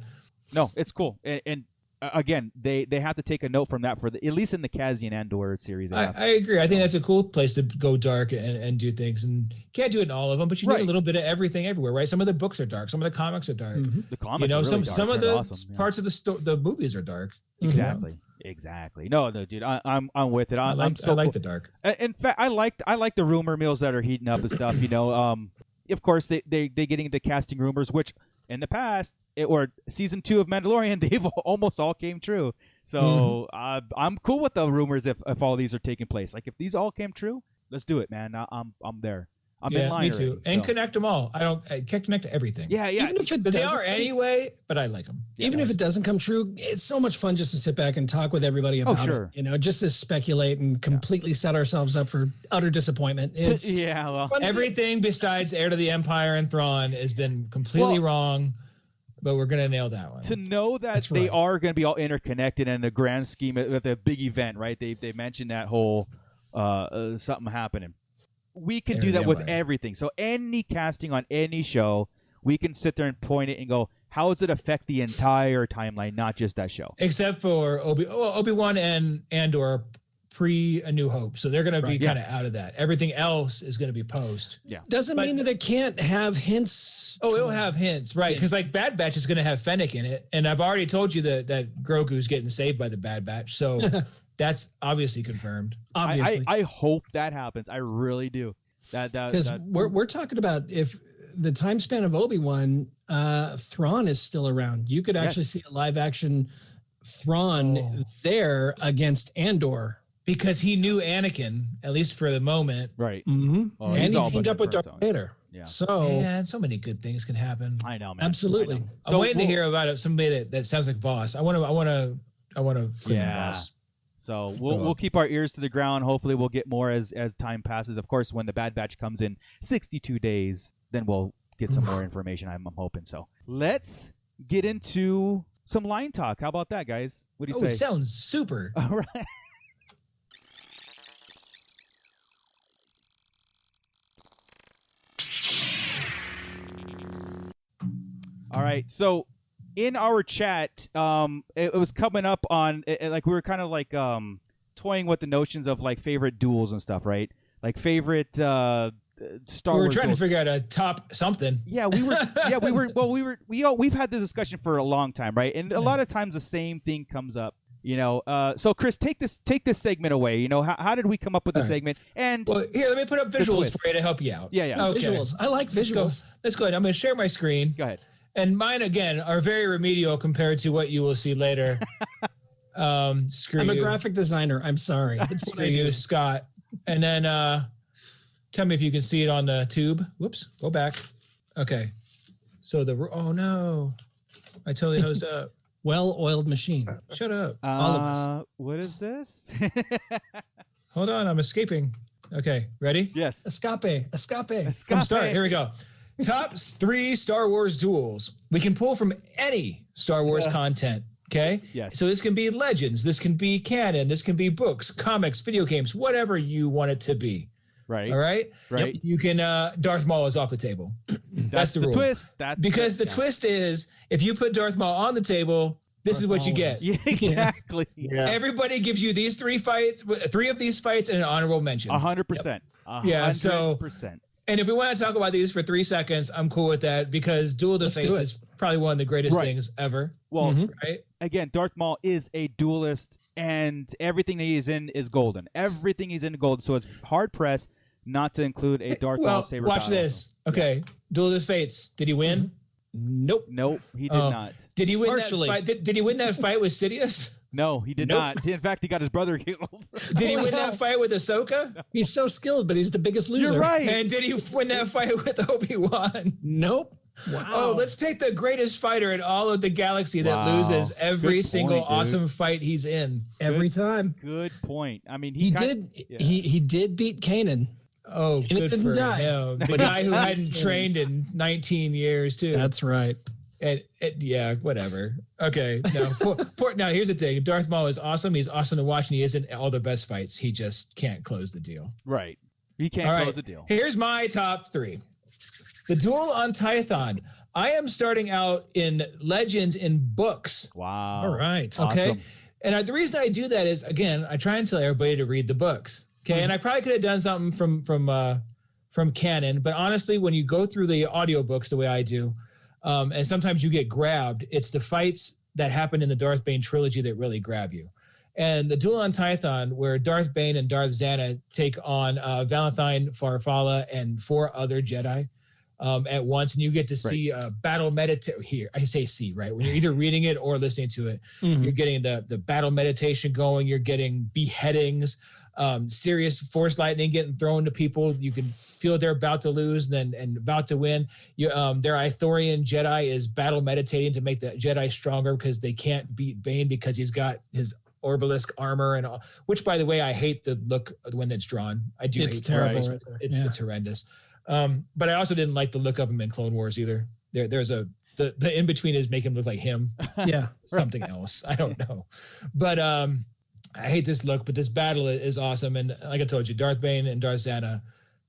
Speaker 7: No, it's cool. And, and uh, again, they they have to take a note from that for the at least in the Cassian Andor series. uh, they
Speaker 3: I,
Speaker 7: have to.
Speaker 3: I agree. I think that's a cool place to go dark and, and do things. And you can't do it in all of them, but you need
Speaker 7: Right. Mm-hmm.
Speaker 3: a little bit of everything everywhere, right? Some of the books are dark. Some of the comics are dark.
Speaker 8: Mhm.
Speaker 7: the comics,
Speaker 3: You know,
Speaker 7: are really
Speaker 3: some
Speaker 7: dark.
Speaker 3: some of
Speaker 7: They're
Speaker 3: the
Speaker 7: awesome, yeah.
Speaker 3: parts of the sto- the movies are dark.
Speaker 7: Exactly. Exactly. No, no, dude, I, I'm Uh, I'm with it. I,
Speaker 3: I
Speaker 7: am
Speaker 3: like
Speaker 7: so
Speaker 3: I like
Speaker 7: cool.
Speaker 3: the dark.
Speaker 7: I- In fact, I liked I like the rumor mills that are heating up and stuff. You know, um, of course they they they getting into casting rumors, which in the past it, or season two of Mandalorian, they've almost all came true.
Speaker 3: Mm-hmm.
Speaker 7: So uh, I'm cool with the rumors if if all these are taking place. Like if these all came true, let's do it, man. I, I'm I'm there. I'm in
Speaker 3: yeah,
Speaker 7: line.
Speaker 3: me too.
Speaker 7: already,
Speaker 3: and
Speaker 7: so.
Speaker 3: connect them all. I don't I can't connect to everything.
Speaker 7: Yeah, yeah.
Speaker 8: Even if it
Speaker 3: But they
Speaker 8: doesn't-
Speaker 3: are anyway. But I like them.
Speaker 7: Yeah.
Speaker 8: even if it doesn't come true, it's so much fun just to sit back and talk with everybody
Speaker 7: Oh,
Speaker 8: about
Speaker 7: sure.
Speaker 8: it. You know, just to speculate and completely set ourselves up for utter disappointment. It's
Speaker 7: yeah, well,
Speaker 8: fun to-
Speaker 3: Everything besides Heir to the Empire and Thrawn has been completely
Speaker 7: Well-
Speaker 3: wrong, but we're gonna nail that one.
Speaker 7: to
Speaker 8: Um,
Speaker 7: know that
Speaker 3: That's
Speaker 7: they
Speaker 3: right.
Speaker 7: are going to be all interconnected in the grand scheme of, of the big event, right? They they mentioned that whole uh, uh something happening. We can
Speaker 3: There
Speaker 7: do
Speaker 3: they
Speaker 7: that with
Speaker 3: are.
Speaker 7: everything. So any casting on any show, we can sit there and point it and go, how does it affect the entire timeline, not just that show?
Speaker 3: Except for Obi oh, Obi Wan and Andor pre A New Hope, so they're gonna be
Speaker 7: Right, yeah.
Speaker 3: kind of out of that. Everything else is gonna be post.
Speaker 8: doesn't
Speaker 3: But-
Speaker 8: mean that it can't have hints.
Speaker 3: Oh, it'll have hints, right? Because like Bad Batch is gonna have Fennec in it, and I've already told you that that Grogu's getting saved by the Bad Batch, so that's obviously confirmed.
Speaker 7: I-
Speaker 8: obviously.
Speaker 7: I, I hope that happens. I really do. That that,
Speaker 8: because
Speaker 7: that
Speaker 8: we're, we're talking about if the time span of obi-wan uh thrawn is still around you could
Speaker 7: Yes.
Speaker 8: actually see a live action thrawn
Speaker 3: Oh.
Speaker 8: there against andor
Speaker 3: Because he knew Anakin, at least for the moment.
Speaker 7: right.
Speaker 8: Mhm.
Speaker 7: Oh, he's
Speaker 8: and
Speaker 7: all
Speaker 8: he teamed
Speaker 7: bunch
Speaker 8: up
Speaker 7: of
Speaker 8: with darth
Speaker 7: birds on it.
Speaker 8: vader
Speaker 7: Yeah.
Speaker 8: so
Speaker 7: Oh.
Speaker 3: Man, so many good things can happen.
Speaker 7: I know, man. I
Speaker 8: absolutely
Speaker 7: know.
Speaker 3: I'm waiting
Speaker 7: we'll-
Speaker 3: to hear about it. Somebody that, that sounds like Voss. I want to. I want to. I want to.
Speaker 7: Yeah.
Speaker 3: Voss.
Speaker 7: So we'll,
Speaker 3: Uh,
Speaker 7: we'll keep our ears to the ground. Hopefully, we'll get more as as time passes. Of course, when the Bad Batch comes in 62 days, then we'll get some more information. I'm, I'm hoping so. Let's get into some line talk. How about that, guys? What do you
Speaker 3: Oh,
Speaker 7: say?
Speaker 3: it sounds super.
Speaker 7: All right. All right. So in our chat, um, it, it was coming up on it, it- like we were kind of like um, toying with the notions of like favorite duels and stuff, right? Like favorite uh, uh, Star
Speaker 3: we were
Speaker 7: Wars
Speaker 3: trying to
Speaker 7: duels.
Speaker 3: figure out a top something.
Speaker 7: Yeah, we were. Yeah, we were. Well, we were. We all we've had this discussion for a long time, right? And a lot of times the same thing comes up. You know. Uh, so Chris, take this take this segment away. You know, how, how did we come up with the
Speaker 3: All right.
Speaker 7: segment? And
Speaker 3: Well, here, let me put up visuals
Speaker 7: twist.
Speaker 3: for you to help you out.
Speaker 7: Yeah, yeah.
Speaker 3: Okay.
Speaker 8: visuals i like
Speaker 3: Go.
Speaker 8: visuals
Speaker 3: Let's go ahead. I'm going to share my screen,
Speaker 7: go ahead.
Speaker 3: and mine again are very remedial compared to what you will see later. um, screw
Speaker 8: i'm a
Speaker 3: you.
Speaker 8: graphic designer i'm sorry it's what
Speaker 3: screw
Speaker 8: I do.
Speaker 3: you, Scott. And then uh, tell me if you can see it on the tube. Whoops, go back. Okay. So the oh no, I totally hosed up.
Speaker 8: well-oiled machine
Speaker 3: Shut up.
Speaker 8: All of us.
Speaker 7: Uh, What is this?
Speaker 3: Hold on, I'm escaping. Okay, ready?
Speaker 7: yes.
Speaker 8: escape escape
Speaker 3: From
Speaker 7: Escape.
Speaker 3: start. Here we go. Top three Star Wars duels. We can pull from any Star Wars content. Okay.
Speaker 7: Yes.
Speaker 3: So this can be legends. This can be canon. This can be books, comics, video games, whatever you want it to be.
Speaker 7: Right.
Speaker 3: All right.
Speaker 7: Right.
Speaker 3: You can. Uh, Darth Maul is off the table.
Speaker 7: That's,
Speaker 3: that's the
Speaker 7: the
Speaker 3: rule.
Speaker 7: twist. That's
Speaker 3: Because the
Speaker 7: yeah.
Speaker 3: twist is if you put Darth Maul on the table, this is
Speaker 8: Darth
Speaker 3: what you
Speaker 8: Maul
Speaker 3: get.
Speaker 7: Yeah, exactly.
Speaker 9: Yeah.
Speaker 3: Everybody gives you these three fights, three of these fights, and an honorable mention.
Speaker 7: A hundred percent. A
Speaker 3: Yeah, so-
Speaker 7: hundred percent.
Speaker 3: And if we want to talk about these for three seconds, I'm cool with that because Duel of the
Speaker 8: Let's do
Speaker 3: Fates
Speaker 8: it.
Speaker 3: is probably one of the greatest
Speaker 7: Right.
Speaker 3: things ever.
Speaker 7: Well,
Speaker 8: Mhm.
Speaker 3: Right?
Speaker 7: again, Darth Maul is a duelist and everything that he's in is golden. Everything he's in is golden, so it's hard pressed not to include a Darth
Speaker 3: well,
Speaker 7: saber.
Speaker 3: watch this. Okay, Duel of the Fates. Did he win?
Speaker 8: Nope.
Speaker 7: Nope, he did
Speaker 3: Oh.
Speaker 7: not.
Speaker 3: Did he win
Speaker 8: Partially.
Speaker 3: that fight? Did, did he win that fight with Sidious?
Speaker 7: No, he did
Speaker 3: Nope.
Speaker 7: not. In fact, he got his brother killed.
Speaker 3: Did he
Speaker 8: Oh,
Speaker 3: win
Speaker 8: no.
Speaker 3: that fight with Ahsoka?
Speaker 8: He's so skilled, but he's the biggest loser.
Speaker 7: You're right.
Speaker 3: And did he win that fight with Obi Wan?
Speaker 8: Nope. Wow.
Speaker 3: Oh, let's pick the greatest fighter in all of the galaxy that
Speaker 7: Wow.
Speaker 3: loses every
Speaker 7: Good
Speaker 3: single
Speaker 7: point, dude.
Speaker 3: awesome fight he's in.
Speaker 8: every time.
Speaker 7: Good point. I mean, he,
Speaker 8: He,
Speaker 7: kind-
Speaker 8: did
Speaker 7: yeah.
Speaker 8: he he did beat Kanan.
Speaker 3: Oh,
Speaker 8: it
Speaker 3: good
Speaker 8: didn't
Speaker 3: for
Speaker 8: die.
Speaker 3: him. The
Speaker 8: But
Speaker 3: guy
Speaker 8: it-
Speaker 3: who hadn't trained in 19 years, too.
Speaker 8: That's right.
Speaker 3: and, and- yeah, whatever. Okay. Now, poor, poor, now here's the thing: Darth Maul is awesome. He's awesome to watch, and he isn't all the best fights. He just can't close the deal.
Speaker 7: right. He can't
Speaker 3: All right.
Speaker 7: close the deal.
Speaker 3: Here's my top three. The duel on Tython. I am starting out in Legends in books.
Speaker 7: Wow.
Speaker 8: All right.
Speaker 3: Okay.
Speaker 7: Awesome.
Speaker 3: And I, the reason I do that is again, I try and tell everybody to read the books. Okay. And I probably could have done something from from uh from canon, but honestly, when you go through the audiobooks the way I do, um, and sometimes you get grabbed, it's the fights that happen in the Darth Bane trilogy that really grab you. And the duel on Tython, where Darth Bane and Darth Xana take on uh, Valentine Farfalla and four other Jedi um, at once, and you get to see uh, battle meditate here. I say see right when you're either reading it or listening to it.
Speaker 8: Mm-hmm.
Speaker 3: You're getting the the battle meditation going. You're getting beheadings, um, serious force lightning getting thrown to people. You can feel they're about to lose, and then and about to win. You, um, their Ithorian Jedi is battle meditating to make the Jedi stronger because they can't beat Bane because he's got his Orbalisk armor and all. Which, by the way, I hate the look when it's drawn. I do.
Speaker 8: It's
Speaker 3: hate
Speaker 8: terrible
Speaker 3: Orbalisk.
Speaker 8: right there.
Speaker 3: it's
Speaker 8: Yeah.
Speaker 3: it's horrendous. Um, but I also didn't like the look of him in Clone Wars either. There, there's a the, the in between is make him look like him
Speaker 8: Yeah.
Speaker 3: something else. I don't know. But um I hate this look, but this battle i- is awesome. And like I told you, Darth Bane and Darth Zana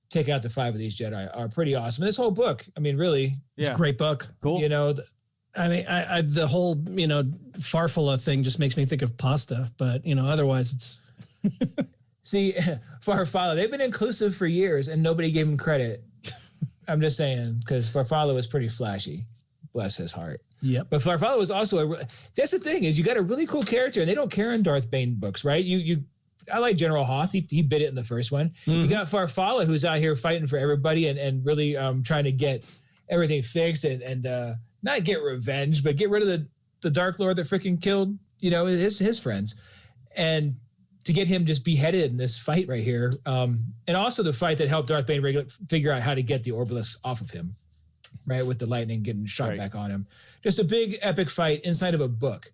Speaker 3: taking out the five of these Jedi are pretty awesome. And this whole book, I mean, really,
Speaker 8: It's
Speaker 7: Yeah.
Speaker 8: a great book.
Speaker 7: Cool.
Speaker 3: you know, th-
Speaker 8: I mean, I, I the whole you know farfalla thing just makes me think of pasta, but you know, otherwise it's
Speaker 3: see, Farfalla, they've been inclusive for years and nobody gave him credit. I'm just saying, because Farfalla was pretty flashy. Bless his heart.
Speaker 8: yep.
Speaker 3: But Farfalla was also a. re- That's the thing is you got a really cool character, and they don't care in Darth Bane books, right? You you. I like General Hoth. He, he bit it in the first one.
Speaker 7: Mm-hmm.
Speaker 8: Mm-hmm.
Speaker 3: You got Farfalla, who's out here fighting for everybody and, and really um, trying to get everything fixed and and uh, not get revenge, but get rid of the, the Dark Lord that freaking killed you know his his friends, and to get him just beheaded in this fight right here, um, and also the fight that helped Darth Bane regu- figure out how to get the Orbalisk off of him, right with the lightning getting shot
Speaker 7: Right.
Speaker 3: back on him just a big epic fight inside of a book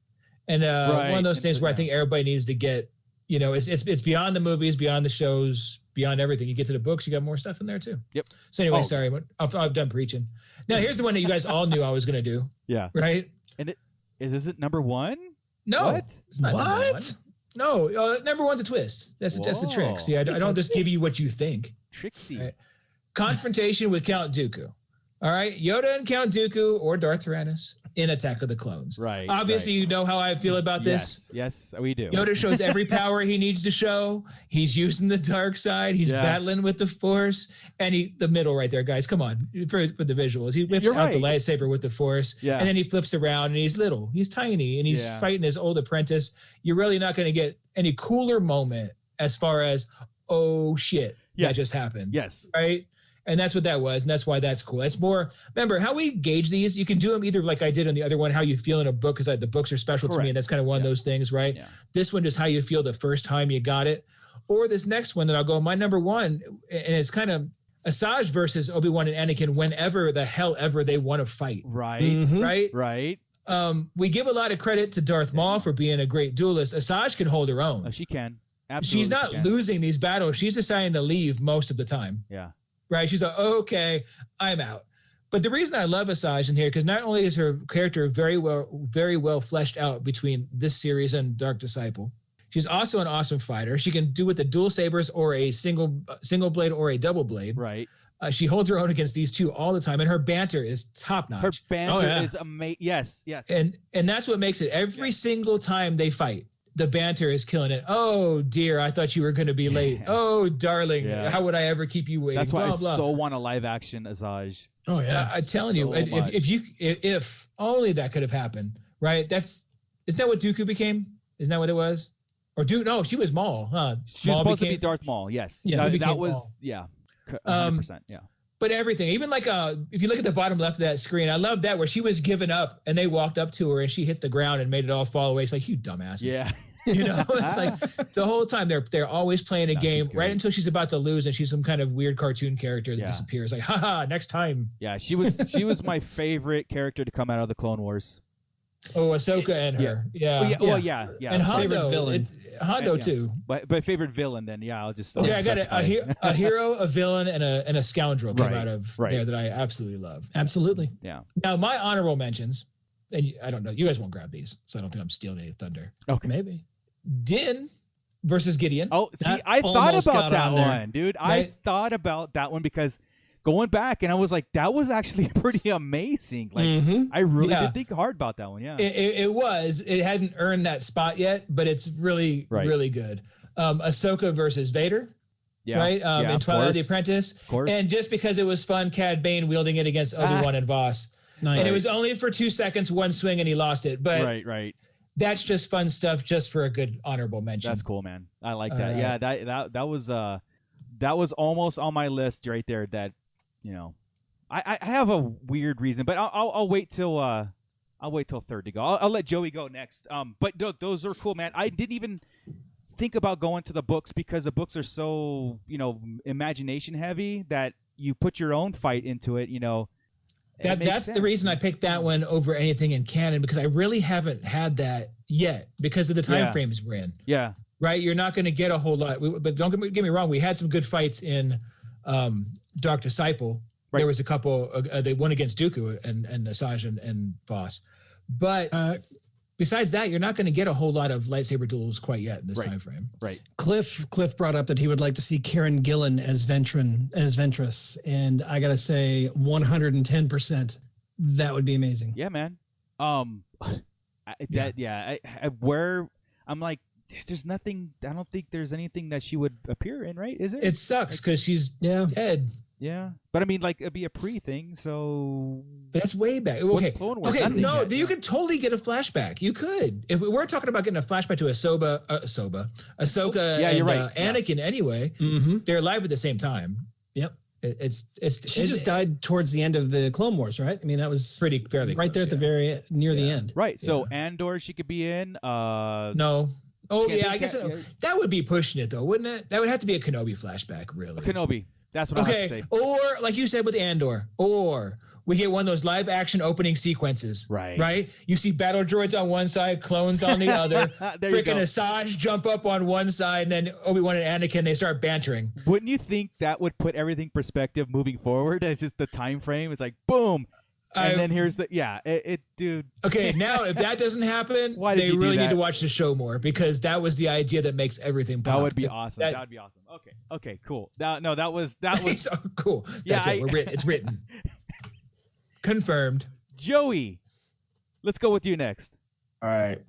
Speaker 3: and uh,
Speaker 7: Right,
Speaker 3: one of those
Speaker 7: and
Speaker 3: things
Speaker 7: so-
Speaker 3: where i
Speaker 7: yeah.
Speaker 3: think everybody needs to get you know it's, it's it's beyond the movies beyond the shows beyond everything you get to the books you got more stuff in there too
Speaker 7: Yep.
Speaker 3: so anyway
Speaker 7: Oh.
Speaker 3: sorry but I've, I've done preaching now here's the one that you guys all knew i was going to do
Speaker 7: Yeah.
Speaker 3: right
Speaker 7: Is this it number one?
Speaker 3: no
Speaker 7: What?
Speaker 3: it's not number
Speaker 8: What?
Speaker 3: one. no uh, number one's a twist that's that's the
Speaker 7: Whoa.
Speaker 3: trick see i, I
Speaker 8: It's
Speaker 3: don't
Speaker 8: a
Speaker 3: just give you what you think
Speaker 7: Trixie.
Speaker 3: Right. confrontation with count dooku all right yoda and count dooku or darth tyrannus in attack of the clones
Speaker 7: Right,
Speaker 3: obviously
Speaker 7: right.
Speaker 3: you know how i feel about this
Speaker 7: Yes, yes, we do.
Speaker 3: Yoda shows every power he needs to show. He's using the dark side. He's
Speaker 7: Yeah.
Speaker 3: battling with the force. And he the middle right there, guys. Come on. For, for the visuals. He whips
Speaker 7: You're
Speaker 3: out the
Speaker 7: right.
Speaker 3: lightsaber with the force.
Speaker 7: Yeah.
Speaker 3: And then he flips around and he's little. He's tiny and he's
Speaker 7: Yeah.
Speaker 3: fighting his old apprentice. You're really not going to get any cooler moment as far as, oh shit,
Speaker 7: Yes.
Speaker 3: that just happened.
Speaker 7: Yes.
Speaker 3: Right. And that's what that was. And that's why that's cool. That's more, remember how we gauge these? You can do them either like I did on the other one, how you feel in a book, because the books are special to
Speaker 7: Correct.
Speaker 3: me. And that's kind of one
Speaker 7: Yeah.
Speaker 3: of those things, right?
Speaker 7: Yeah.
Speaker 3: This one, just how you feel the first time you got it. Or this next one that I'll go, my number one, and it's kind of Asajj versus Obi Wan and Anakin whenever the hell ever they want to fight,
Speaker 7: Right.
Speaker 3: Mm. right?
Speaker 7: Right.
Speaker 3: Um, we give a lot of credit to Darth Maul for being a great duelist. Asajj can hold her
Speaker 7: Oh,
Speaker 3: own.
Speaker 7: she can. Absolutely.
Speaker 3: She's not
Speaker 7: she can.
Speaker 3: losing these battles. She's deciding to leave most of the time
Speaker 7: Yeah.
Speaker 3: right? She's like, okay, I'm out. But the reason I love Asajj in here because not only is her character very well, very well fleshed out between this series and Dark Disciple, she's also an awesome fighter. She can do with the dual sabers or a single single blade or a double blade.
Speaker 7: Right.
Speaker 3: Uh, she holds her own against these two all the time, and her banter is top notch
Speaker 7: Her banter
Speaker 8: Oh, yeah.
Speaker 7: is amazing. Yes. Yes.
Speaker 3: and and that's what makes it every single time they fight the banter is killing it oh dear i thought you were going to be late
Speaker 7: Yeah.
Speaker 3: oh darling
Speaker 7: Yeah.
Speaker 3: how would i ever keep you waiting
Speaker 7: That's why
Speaker 3: blah,
Speaker 7: I
Speaker 3: blah.
Speaker 7: so want a live action Azaj.
Speaker 8: Oh
Speaker 3: I- i'm telling you
Speaker 7: so
Speaker 3: and if,
Speaker 7: much.
Speaker 3: if you if, if only that could have happened right that's isn't that what dooku became isn't that what it was Or do no, she was Maul, huh?
Speaker 7: She was
Speaker 3: Maul
Speaker 7: supposed to
Speaker 3: became-
Speaker 7: be Darth Maul. Yes.
Speaker 8: Yeah,
Speaker 7: That,
Speaker 8: he
Speaker 7: that
Speaker 8: became
Speaker 7: was
Speaker 8: Maul.
Speaker 7: yeah. C-
Speaker 3: Um,
Speaker 7: 100%. yeah.
Speaker 3: but everything, even like uh if you look at the bottom left of that screen, I love that where she was given up and they walked up to her and she hit the ground and made it all fall away. It's like you dumbasses.
Speaker 7: Yeah.
Speaker 3: You know, it's like the whole time they're they're always playing a
Speaker 7: No,
Speaker 3: game
Speaker 7: she's
Speaker 3: right
Speaker 7: great.
Speaker 3: until she's about to lose and she's some kind of weird cartoon character that
Speaker 7: Yeah.
Speaker 3: disappears. Like, haha, next time.
Speaker 7: Yeah, she was she was my favorite character to come out of the Clone Wars.
Speaker 3: Oh, Ahsoka and her. Oh, Yeah.
Speaker 7: Well, yeah, well, yeah, yeah. Favorite-
Speaker 3: And Hondo,
Speaker 8: Favorite villain.
Speaker 3: it's- Hondo
Speaker 7: Yeah.
Speaker 3: too.
Speaker 7: but, but favorite villain then. Yeah, I'll just
Speaker 3: yeah, I got
Speaker 7: it.
Speaker 3: it. A, he- a hero, a villain, and a and a scoundrel came
Speaker 7: Right,
Speaker 3: out of
Speaker 7: right.
Speaker 3: there that I absolutely love.
Speaker 8: Absolutely.
Speaker 7: Yeah.
Speaker 3: Now my honorable mentions, and you- I don't know, you guys won't grab these, so I don't think I'm stealing any thunder.
Speaker 7: Okay.
Speaker 3: Maybe Din versus Gideon.
Speaker 7: Oh, see,
Speaker 8: That
Speaker 7: I thought
Speaker 8: almost
Speaker 7: about
Speaker 8: got
Speaker 7: that
Speaker 8: on there.
Speaker 7: one, dude. I
Speaker 3: Right?
Speaker 7: thought about that one because going back and I was like, that was actually pretty amazing. Like,
Speaker 8: hmm
Speaker 7: I really
Speaker 3: Mm, Yeah.
Speaker 7: did think hard about that one. Yeah.
Speaker 3: It, it, it was. It hadn't earned that spot yet, but it's really,
Speaker 7: Right.
Speaker 3: really good. Um, Ahsoka versus Vader,
Speaker 7: yeah.
Speaker 3: right? Um,
Speaker 7: yeah,
Speaker 3: in
Speaker 7: of
Speaker 3: Twilight of the
Speaker 7: course.
Speaker 3: Apprentice.
Speaker 7: Of course.
Speaker 3: And just because it was fun, Cad Bane wielding it
Speaker 7: Ah.
Speaker 3: against Obi Wan and Voss.
Speaker 8: Nice.
Speaker 3: And it was only for two seconds, one swing, and he lost it. But
Speaker 7: right, right.
Speaker 3: that's just fun stuff, just for a good honorable mention.
Speaker 7: That's cool, man. I like that.
Speaker 3: Uh,
Speaker 7: yeah, that that that was uh that was almost on my list right there. That you know, I I I have a weird reason, but I'll I'll, I'll wait till uh I'll wait till third to go. I'll, I'll let Joey go next. Um, but th- those are cool, man. I didn't even think about going to the books because the books are so you know imagination heavy that you put your own fight into it. You know, It
Speaker 3: That
Speaker 7: makes
Speaker 3: that's
Speaker 7: sense.
Speaker 3: the reason I picked that one over anything in canon because I really haven't had that yet because of the time
Speaker 7: Yeah.
Speaker 3: frames we're in.
Speaker 7: Yeah,
Speaker 3: Right, you're not going to get a whole lot. We- but don't get me, get me wrong, we had some good fights in um, Dark Disciple.
Speaker 7: Right.
Speaker 3: There was a couple. Uh, uh, they won against Dooku and and Asajj and, and Boss. But
Speaker 8: Uh,
Speaker 3: besides that, you're not going to get a whole lot of lightsaber duels quite yet in this
Speaker 7: Right.
Speaker 3: time frame.
Speaker 7: right.
Speaker 8: Cliff Cliff brought up that he would like to see Karen Gillan as Ventrin as Ventress, and I gotta say, one hundred and ten percent, that would be amazing.
Speaker 7: Yeah, man. Um, I, that yeah. I, I, where I'm like, there's nothing. I don't think there's anything that she would appear in, right? Is it?
Speaker 3: It sucks because she's
Speaker 8: Yeah,
Speaker 3: dead.
Speaker 7: yeah. But I mean, like, it'd be a pre thing, so
Speaker 3: But that's way back.
Speaker 7: What's
Speaker 3: Okay,
Speaker 7: Clone Wars?
Speaker 3: Okay,
Speaker 7: Nothing
Speaker 3: no,
Speaker 7: yet.
Speaker 3: you could totally get a flashback. You could. If we- we're talking about getting a flashback to Ahsoka, uh, Ahsoka, Ahsoka,
Speaker 7: Yeah,
Speaker 3: and,
Speaker 7: you're right.
Speaker 3: uh,
Speaker 7: Yeah.
Speaker 3: Anakin. Anyway,
Speaker 8: Mm-hmm.
Speaker 3: they're alive at the same time.
Speaker 8: Yep.
Speaker 3: It- it's it's
Speaker 8: She
Speaker 3: it's
Speaker 8: just died towards the end of the Clone Wars, right? I mean, that was
Speaker 3: pretty fairly
Speaker 8: right there at
Speaker 3: close,
Speaker 8: the very near the
Speaker 3: Yeah.
Speaker 8: end.
Speaker 7: Right. So Andor, she could be in. Uh,
Speaker 3: yeah. no. Oh
Speaker 7: Yeah,
Speaker 3: yeah,
Speaker 7: they
Speaker 3: I guess
Speaker 7: can't-
Speaker 3: it- that would be pushing it though, wouldn't it? That would have to be a Kenobi flashback, really.
Speaker 7: Kenobi. That's what I have to
Speaker 3: Okay,
Speaker 7: say.
Speaker 3: or like you said with Andor, or we get one of those live action opening sequences.
Speaker 7: Right.
Speaker 3: Right? You see battle droids on one side, clones on the other.
Speaker 7: There you
Speaker 3: Freaking
Speaker 7: go.
Speaker 3: Asajj jump up on one side, and then Obi Wan and Anakin they start bantering.
Speaker 7: Wouldn't you think that would put everything perspective moving forward? It's just the time frame. It's like boom, and
Speaker 3: I-
Speaker 7: then here's the yeah. It, it dude.
Speaker 3: Okay, now if that doesn't happen,
Speaker 7: Why did
Speaker 3: they
Speaker 7: you do
Speaker 3: really
Speaker 7: that?
Speaker 3: need to watch the show more because that was the idea that makes everything.
Speaker 7: That
Speaker 3: pop.
Speaker 7: would be awesome. That,
Speaker 3: that-
Speaker 7: would be awesome. Okay. Okay. Cool. That, no, that was that was
Speaker 3: so cool.
Speaker 7: Yeah,
Speaker 3: That's
Speaker 7: I-
Speaker 3: it. We're writ- it's written. Confirmed.
Speaker 7: Joey, let's go with you next.
Speaker 9: All right.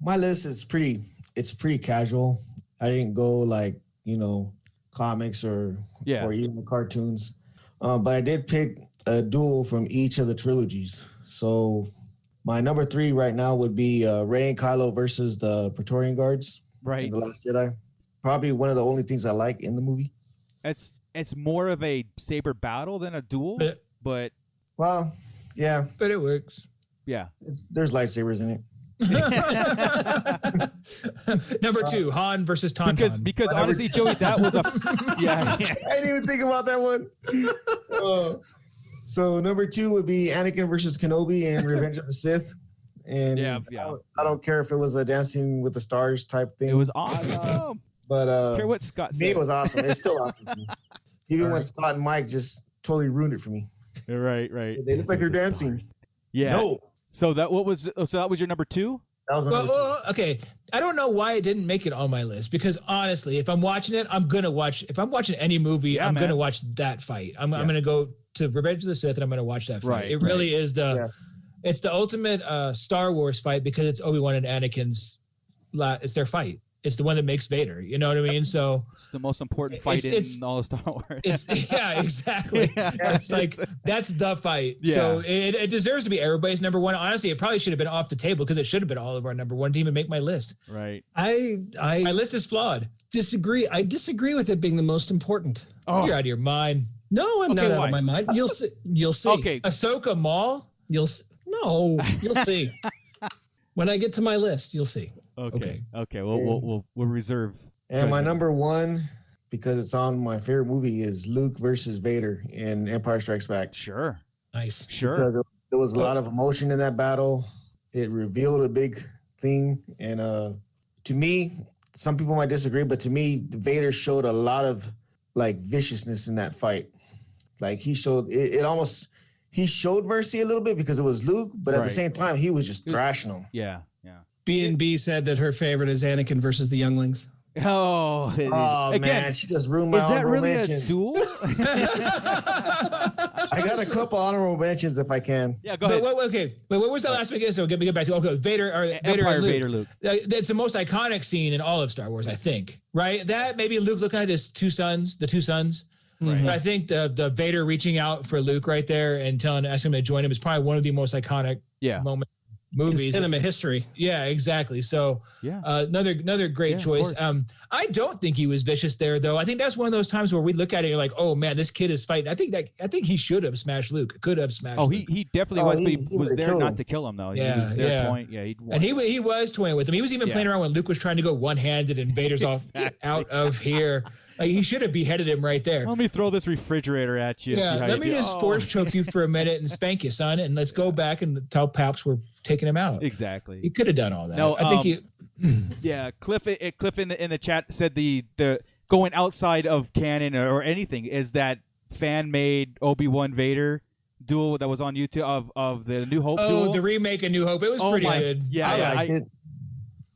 Speaker 9: My list is pretty it's pretty casual. I didn't go like, you know, comics or
Speaker 7: Yeah.
Speaker 9: or even the cartoons. Um, but I did pick a duel from each of the trilogies. So my number three right now would be uh, Ray and Kylo versus the Praetorian Guards in
Speaker 7: Right.
Speaker 9: The Last Jedi. Probably one of the only things I like in the movie.
Speaker 7: It's it's more of a saber battle than a duel,
Speaker 3: But-
Speaker 7: but
Speaker 9: Well, yeah,
Speaker 3: But it works.
Speaker 7: yeah.
Speaker 9: it's, there's lightsabers in it.
Speaker 3: Number two, Han versus Tauntaun.
Speaker 7: Because because honestly, Joey, that was a yeah.
Speaker 9: I didn't even think about that one. so number two would be Anakin versus Kenobi and Revenge of the Sith. And
Speaker 7: Yeah,
Speaker 9: I,
Speaker 7: yeah.
Speaker 9: don't, I don't care if it was a Dancing with the Stars type thing.
Speaker 7: It was awesome.
Speaker 9: but uh,
Speaker 7: Care what Scott
Speaker 9: to me,
Speaker 7: said.
Speaker 9: it was awesome. It's still awesome. To me. Even when Scott and Mike just totally ruined it for me.
Speaker 7: right, right.
Speaker 9: They look like they're dancing.
Speaker 7: Yeah.
Speaker 9: No,
Speaker 7: So that what was oh, so that was your number two?
Speaker 9: that was
Speaker 3: Well,
Speaker 9: number two.
Speaker 3: well, okay. I don't know why it didn't make it on my list because honestly, if I'm watching it, I'm gonna watch. If I'm watching any movie,
Speaker 7: Yeah,
Speaker 3: I'm
Speaker 7: man.
Speaker 3: gonna watch that fight. I'm,
Speaker 7: Yeah.
Speaker 3: I'm gonna go to Revenge of the Sith and I'm gonna watch that fight.
Speaker 7: Right,
Speaker 3: it really is the,
Speaker 9: Yeah.
Speaker 3: it's the ultimate uh, Star Wars fight because it's Obi Wan and Anakin's. la- It's their fight. It's the one that makes Vader. You know what I mean? So
Speaker 7: It's the most important fight
Speaker 3: It's-
Speaker 7: in
Speaker 3: it's-
Speaker 7: all of Star Wars.
Speaker 3: it's yeah, exactly.
Speaker 7: Yeah.
Speaker 3: It's like that's the fight.
Speaker 7: Yeah.
Speaker 3: So it, it deserves to be everybody's number one. Honestly, it probably should have been off the table because it should have been all of our number one. Didn't even make my list.
Speaker 7: right.
Speaker 8: I I
Speaker 3: My list is flawed.
Speaker 8: disagree. I disagree with it being the most important.
Speaker 7: Oh,
Speaker 3: You're out of your mind.
Speaker 8: No, I'm
Speaker 7: Okay,
Speaker 8: not out
Speaker 7: why?
Speaker 8: of my mind. You'll see. You'll see.
Speaker 7: okay.
Speaker 3: Ahsoka Mall.
Speaker 8: You'll s- no. You'll see. when I get to my list, you'll see.
Speaker 7: Okay. Okay. We'll we'll we'll, we'll reserve.
Speaker 9: And my
Speaker 7: Right.
Speaker 9: number one, because it's on my favorite movie, is Luke versus Vader in Empire Strikes Back.
Speaker 7: Sure.
Speaker 8: Nice.
Speaker 7: Sure.
Speaker 9: Because There was a lot of emotion in that battle. It revealed a big thing, and uh, to me, some people might disagree, but to me, Vader showed a lot of like viciousness in that fight. Like he showed it, it almost he showed mercy a little bit because it was Luke, but at
Speaker 7: Right.
Speaker 9: the same time, he was just
Speaker 7: He was-
Speaker 9: thrashing him.
Speaker 7: Yeah. Yeah.
Speaker 8: B and B said that her favorite is Anakin versus the younglings.
Speaker 7: Oh.
Speaker 9: Oh
Speaker 7: Again,
Speaker 9: man, she just ruined my
Speaker 7: is that
Speaker 9: honorable
Speaker 7: really a
Speaker 9: mentions.
Speaker 7: duel?
Speaker 9: I got a couple honorable mentions if I can.
Speaker 7: yeah. Go
Speaker 3: But
Speaker 7: ahead. E-,
Speaker 3: what, okay, wait. What was the last week? So get me get back to okay. Vader or Vader, and
Speaker 7: Empire
Speaker 3: Luke.
Speaker 7: Vader Luke.
Speaker 3: Uh, That's the most iconic scene in all of Star Wars, I think. Right? That maybe Luke looking at his two sons, the two sons.
Speaker 8: Mhm.
Speaker 3: But I think the the Vader reaching out for Luke right there and telling asking him to join him is probably one of the most iconic
Speaker 7: Yeah.
Speaker 3: moment
Speaker 8: In
Speaker 3: movies.
Speaker 8: cinema history.
Speaker 3: Yeah, exactly. So
Speaker 7: Yeah.
Speaker 3: uh, another another great
Speaker 7: Yeah, of
Speaker 3: choice.
Speaker 7: course.
Speaker 3: Um, I don't think he was vicious there though. I think that's one of those times where we look at it and you're like, oh man, this kid is fighting. I think that I think he should have smashed Luke. Could have smashed.
Speaker 7: Oh,
Speaker 3: Luke.
Speaker 7: he, he definitely
Speaker 9: Oh,
Speaker 7: was, but
Speaker 9: he-
Speaker 7: he,
Speaker 9: he
Speaker 7: was
Speaker 9: would've
Speaker 7: there
Speaker 9: killed
Speaker 7: not
Speaker 9: him.
Speaker 7: to kill him, though. he
Speaker 3: Yeah,
Speaker 7: was there
Speaker 3: yeah.
Speaker 7: point. Yeah, he'd won.
Speaker 3: And he wa- he was toying with him. He was even playing
Speaker 7: Yeah.
Speaker 3: around when Luke was trying to go one handed and Vader's off get
Speaker 7: Exactly.
Speaker 3: out of here. Like, he should have beheaded him right there.
Speaker 7: Let me throw this refrigerator at you. and
Speaker 3: yeah,
Speaker 7: see how
Speaker 3: let
Speaker 7: you
Speaker 3: me
Speaker 7: do.
Speaker 3: just
Speaker 7: Oh.
Speaker 3: force choke you for a minute and spank you, son, and let's go back and tell Paps we're taking him out. He
Speaker 7: Oh, Exactly.
Speaker 3: could have done all that.
Speaker 7: No,
Speaker 3: I think
Speaker 7: um,
Speaker 3: he.
Speaker 7: Yeah, Cliff. It, it- Cliff in the in the chat said the the going outside of canon or, or anything is that fan made Obi Wan Vader duel that was on YouTube of of the New Hope
Speaker 3: Oh,
Speaker 7: duel.
Speaker 3: the remake of New Hope. It was
Speaker 7: Oh
Speaker 3: pretty
Speaker 7: my-
Speaker 3: good.
Speaker 7: Yeah,
Speaker 9: I
Speaker 7: yeah,
Speaker 9: like it.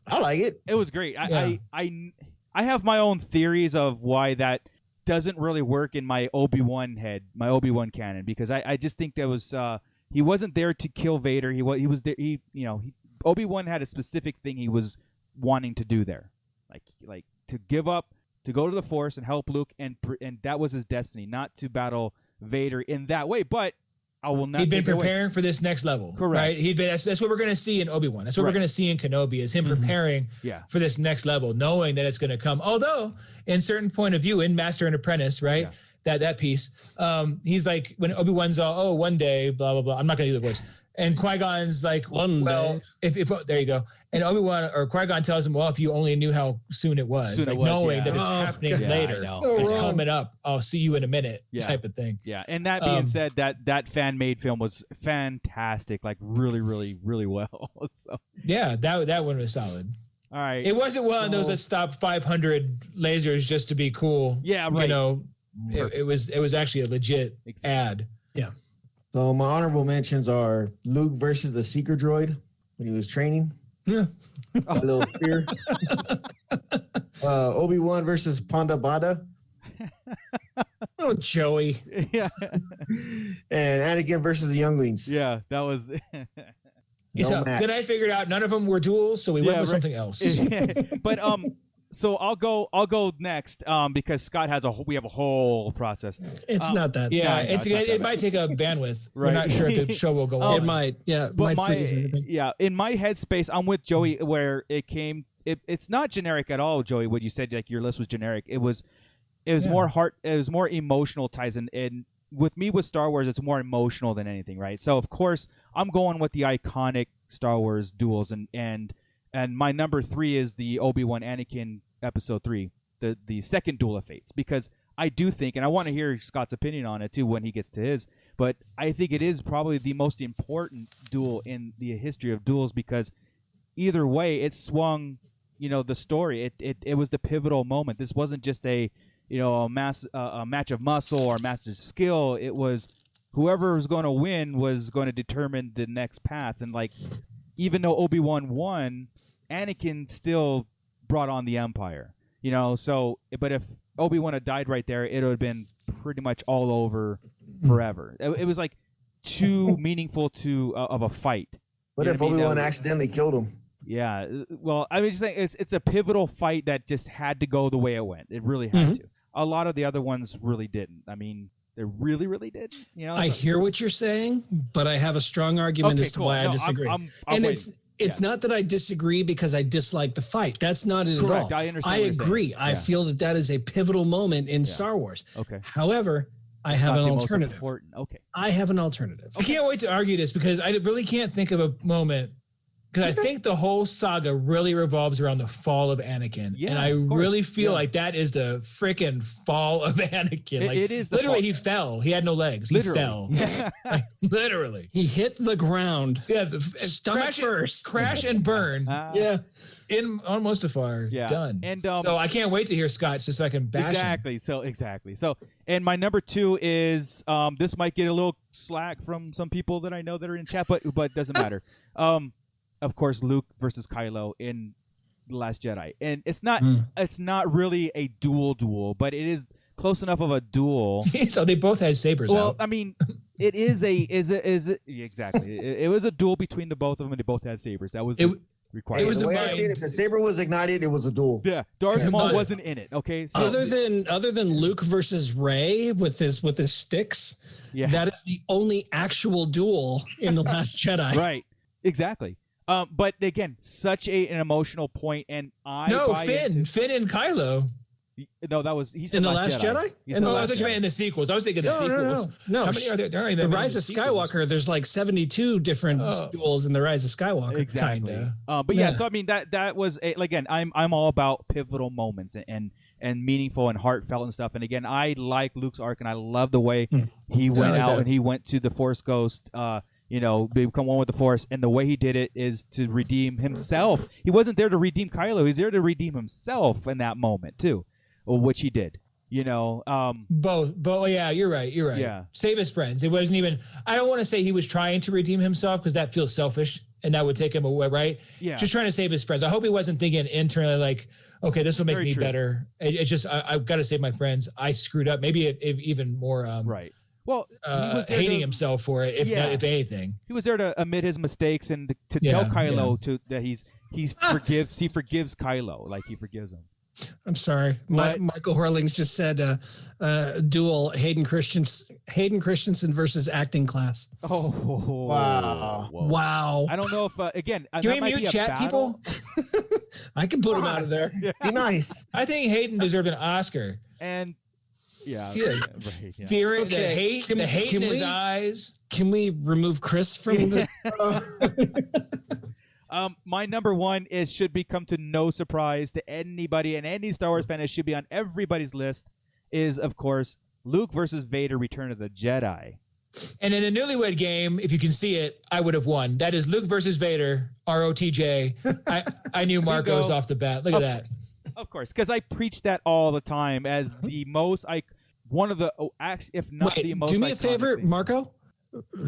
Speaker 9: I like it.
Speaker 7: it was great. I,
Speaker 3: Yeah.
Speaker 7: I, I, I have my own theories of why that doesn't really work in my Obi Wan head, my Obi Wan canon, because I, I just think that was uh, he wasn't there to kill Vader. He was he was there. He you know he, Obi Wan had a specific thing he was wanting to do there, like like to give up, to go to the Force and help Luke, and pr- and that was his destiny, not to battle Vader in that way. But I will not.
Speaker 3: He'd been
Speaker 7: take it away.
Speaker 3: preparing for this next level.
Speaker 7: Correct.
Speaker 3: Right? He'd been. That's, that's what we're going to see in Obi Wan. That's what
Speaker 7: Right.
Speaker 3: we're going to see in Kenobi is him
Speaker 7: Mm-hmm.
Speaker 3: preparing
Speaker 7: Yeah.
Speaker 3: for this next level, knowing that it's going to come. Although, in certain point of view, in Master and Apprentice, right,
Speaker 7: Yeah.
Speaker 3: that that piece, um, he's like when Obi Wan's all, oh, one day, blah blah blah. I'm not going to do the voice. And Qui Gon's like,
Speaker 8: Hmm. One
Speaker 3: well,
Speaker 8: day.
Speaker 3: if if oh, there you go. And Obi Wan or Qui Gon tells him, well, if you only knew how soon it was,
Speaker 7: Soon it
Speaker 3: like
Speaker 7: was,
Speaker 3: knowing
Speaker 7: yeah.
Speaker 3: that it's
Speaker 8: Oh,
Speaker 3: happening
Speaker 8: God.
Speaker 7: Yeah, I
Speaker 3: later,
Speaker 7: know.
Speaker 8: So
Speaker 3: it's
Speaker 8: wrong.
Speaker 3: coming up. I'll see you in a minute,
Speaker 7: Yeah.
Speaker 3: type of thing.
Speaker 7: Yeah, and that being
Speaker 3: Um,
Speaker 7: said, that that fan made film was fantastic, like really, really, really well. So, all
Speaker 3: Yeah, that that one was solid.
Speaker 7: right,
Speaker 3: It wasn't one of those
Speaker 7: So-
Speaker 3: that stopped 500 lasers just to be cool.
Speaker 7: yeah,
Speaker 3: You
Speaker 7: right.
Speaker 3: know, it, it was it was actually a legit
Speaker 7: Exactly.
Speaker 3: ad.
Speaker 9: So my honorable mentions are Luke versus the Seeker droid when he was training.
Speaker 3: Yeah.
Speaker 9: a little fear. uh, Obi Wan versus Ponda Bada
Speaker 8: Oh, Joey.
Speaker 7: yeah,
Speaker 9: and Anakin versus the Younglings.
Speaker 7: yeah, that was.
Speaker 9: No
Speaker 3: so
Speaker 9: match.
Speaker 3: then I figured out none of them were duels, so we
Speaker 7: Yeah,
Speaker 3: went with
Speaker 7: right.
Speaker 3: something else.
Speaker 7: but um, so I'll go, I'll go next, um, because Scott has a, wh- we have a whole process.
Speaker 8: It's
Speaker 7: Uh,
Speaker 8: not that.
Speaker 3: yeah,
Speaker 7: No, no,
Speaker 3: it's,
Speaker 7: it's not
Speaker 3: it,
Speaker 7: that
Speaker 3: it might take a bandwidth.
Speaker 7: Right.
Speaker 3: We're not sure if the show will go
Speaker 7: Oh,
Speaker 8: It
Speaker 3: on.
Speaker 8: might. Yeah. It
Speaker 7: But
Speaker 8: might
Speaker 7: my,
Speaker 8: freeze everything.
Speaker 7: yeah, in my headspace, I'm with Joey where it came. It, it's not generic at all, Joey. What you said, like your list was generic. It was, it was
Speaker 3: Yeah.
Speaker 7: more heart. It was more emotional ties, and, and with me with Star Wars, it's more emotional than anything, right? So of course, I'm going with the iconic Star Wars duels, and and and my number three is the Obi Wan Anakin episode three, the the second duel of fates, because I do think, and I want to hear Scott's opinion on it too when he gets to his, but I think it is probably the most important duel in the history of duels because either way, it swung, you know, the story. It it, it was the pivotal moment. This wasn't just a you know a mass uh, a match of muscle or a match of skill. It was whoever was going to win was going to determine the next path. And like, even though Obi Wan won, Anakin still brought on the Empire. You know, so but if Obi Wan had died right there, it would have been pretty much all over
Speaker 8: Mm.
Speaker 7: forever. It, it was like too meaningful to uh, of a fight.
Speaker 9: What
Speaker 7: You know
Speaker 9: if
Speaker 7: what I mean?
Speaker 9: Obi Wan
Speaker 7: That was-
Speaker 9: accidentally killed him?
Speaker 7: Yeah. uh, Well, I mean, just saying, it's it's a pivotal fight that just had to go the way it went. It really
Speaker 8: Mm-hmm.
Speaker 7: had to. A lot of the other ones really didn't. I mean, they really, really did. You know,
Speaker 8: I
Speaker 7: So-
Speaker 8: hear what you're saying, but I have a strong argument
Speaker 7: Okay,
Speaker 8: as to
Speaker 7: cool.
Speaker 8: why
Speaker 7: No,
Speaker 8: I disagree.
Speaker 7: I'm, I'm, I'm
Speaker 8: and
Speaker 7: waiting.
Speaker 8: it's it's not that I disagree because I dislike the fight. That's not it
Speaker 7: Correct.
Speaker 8: at all.
Speaker 7: I understand what you're saying.
Speaker 8: agree. I
Speaker 7: Yeah.
Speaker 8: feel that that is a pivotal moment in Star Wars.
Speaker 7: okay.
Speaker 8: However, I have
Speaker 7: Not
Speaker 8: an
Speaker 7: the most
Speaker 8: alternative.
Speaker 7: important. Okay.
Speaker 8: I have an alternative.
Speaker 3: I can't wait to argue this because I really can't think of a moment because I think the whole saga really revolves around the fall of Anakin,
Speaker 7: Yeah,
Speaker 3: and I
Speaker 7: of course.
Speaker 3: really feel
Speaker 7: Yeah.
Speaker 3: like that is the freaking fall of Anakin.
Speaker 7: It-
Speaker 3: like
Speaker 7: it is the
Speaker 3: literally
Speaker 7: fall.
Speaker 3: he fell. He had no legs. He
Speaker 7: Literally.
Speaker 3: fell. literally.
Speaker 8: He hit the ground.
Speaker 3: Yeah. The,
Speaker 8: Stomach
Speaker 3: crash,
Speaker 8: first.
Speaker 3: Crash and burn
Speaker 7: Ah.
Speaker 8: Yeah.
Speaker 3: in on Mustafar.
Speaker 7: Yeah.
Speaker 3: Done.
Speaker 7: And um,
Speaker 3: so I can't wait to hear Scott's just so I can bash him.
Speaker 7: exactly. So exactly. So and my number two is um, this might get a little slack from some people that I know that are in chat, but but it doesn't matter. Um, of course, Luke versus Kylo in the Last Jedi, and it's not
Speaker 3: Hmm.
Speaker 8: Mm.
Speaker 7: it's not really a duel duel, but it is close enough of a duel.
Speaker 3: so they both had sabers
Speaker 7: well, uh,
Speaker 3: out.
Speaker 7: I mean, it is a is it is it yeah, exactly. it, it was a duel between the both of them, and they both had sabers. That was
Speaker 3: It-
Speaker 7: the required.
Speaker 9: Hey,
Speaker 3: was
Speaker 9: the
Speaker 3: a
Speaker 9: way I
Speaker 3: mind-
Speaker 9: see it, if the saber was ignited, it was a duel.
Speaker 7: yeah, Darth
Speaker 3: Yeah.
Speaker 7: Maul
Speaker 3: But-
Speaker 7: wasn't in it. Okay,
Speaker 3: Oh,
Speaker 7: so
Speaker 8: Other than other than Luke versus Ray with his with his sticks,
Speaker 7: yeah.
Speaker 8: that is the only actual duel in the Last Jedi.
Speaker 7: right exactly um, but again such a, an emotional point and i
Speaker 3: no,
Speaker 7: buy
Speaker 3: Finn,
Speaker 7: into-
Speaker 3: Finn and Kylo.
Speaker 7: no that was he's
Speaker 8: In the Last Jedi?
Speaker 7: He's
Speaker 8: In
Speaker 7: the
Speaker 3: Oh, I
Speaker 7: last
Speaker 3: thought you meant
Speaker 7: Jedi.
Speaker 3: in the sequels. I was thinking the
Speaker 8: No,
Speaker 3: sequels.
Speaker 8: no, no, no.
Speaker 3: How many are there? There aren't
Speaker 8: The
Speaker 3: even
Speaker 8: Rise of
Speaker 3: sequels.
Speaker 8: Skywalker, there's like 72 different
Speaker 3: Oh.
Speaker 8: duels in the Rise of Skywalker.
Speaker 7: exactly
Speaker 3: kinda.
Speaker 7: Uh, but yeah,
Speaker 8: Yeah.
Speaker 7: so i mean that that was a, again i'm i'm all about pivotal moments and, and and meaningful and heartfelt and stuff. And again, I like Luke's arc, and I love the way he went
Speaker 3: Hmm. like
Speaker 7: out
Speaker 3: that.
Speaker 7: and he went to the Force Ghost. Uh, you know, become one with the Force, and the way he did it is to redeem himself. He wasn't there to redeem Kylo; he's there to redeem himself in that moment too, which he did. You know, um,
Speaker 3: Both, but yeah, you're right. You're right.
Speaker 7: Yeah.
Speaker 3: Save his friends. It wasn't even. I don't want to say he was trying to redeem himself because that feels selfish and that would take him away, right?
Speaker 7: yeah,
Speaker 3: Just trying to save his friends. I hope he wasn't thinking internally like, okay, this will make
Speaker 7: Very
Speaker 3: me
Speaker 7: true.
Speaker 3: better. It, it's just I, I've got to save my friends. I screwed up. Maybe it, it even more um,
Speaker 7: right. Well, he
Speaker 3: uh,
Speaker 7: was there
Speaker 3: hating
Speaker 7: to-
Speaker 3: himself for it, if
Speaker 7: Yeah.
Speaker 3: not, if anything.
Speaker 7: he was there to admit his mistakes and to, to tell
Speaker 3: Yeah,
Speaker 7: Kylo to that he's he forgives he forgives Kylo like he forgives him.
Speaker 8: I'm sorry. My,
Speaker 7: What?
Speaker 8: Michael Horlings just said uh, uh, duel Hayden Christians Hayden Christensen versus acting class.
Speaker 7: Oh
Speaker 9: Wow.
Speaker 7: Whoa.
Speaker 8: Wow.
Speaker 7: I don't know if uh, again. uh,
Speaker 3: Can
Speaker 7: that
Speaker 3: we
Speaker 7: might be
Speaker 3: mute
Speaker 7: a
Speaker 3: chat,
Speaker 7: battle.
Speaker 3: people?
Speaker 8: I can put him out of there.
Speaker 9: Be nice.
Speaker 3: I think Hayden deserved an Oscar.
Speaker 7: And yeah,
Speaker 3: See, like,
Speaker 7: right, yeah.
Speaker 3: Fear, the
Speaker 8: Okay,
Speaker 3: hate,
Speaker 8: can-
Speaker 3: the hate
Speaker 8: can
Speaker 3: in his
Speaker 8: we-
Speaker 3: eyes.
Speaker 8: Can we remove Chris from the
Speaker 7: Um, my number one is should be come to no surprise to anybody and any Star Wars fan. It should be on everybody's list. Is of course Luke versus Vader, Return of the Jedi.
Speaker 3: And in the newlywed game, if you can see it, I would have won. That is Luke versus Vader, R O T J. I I knew Marcos
Speaker 7: go.
Speaker 3: off the bat. Look
Speaker 7: Of
Speaker 3: at that.
Speaker 7: Of course, because I preach that all the time as the most I one of the oh, act- if not the
Speaker 8: Wait,
Speaker 7: most.
Speaker 8: do me a
Speaker 7: iconic
Speaker 8: favor,
Speaker 7: thing.
Speaker 8: Marco.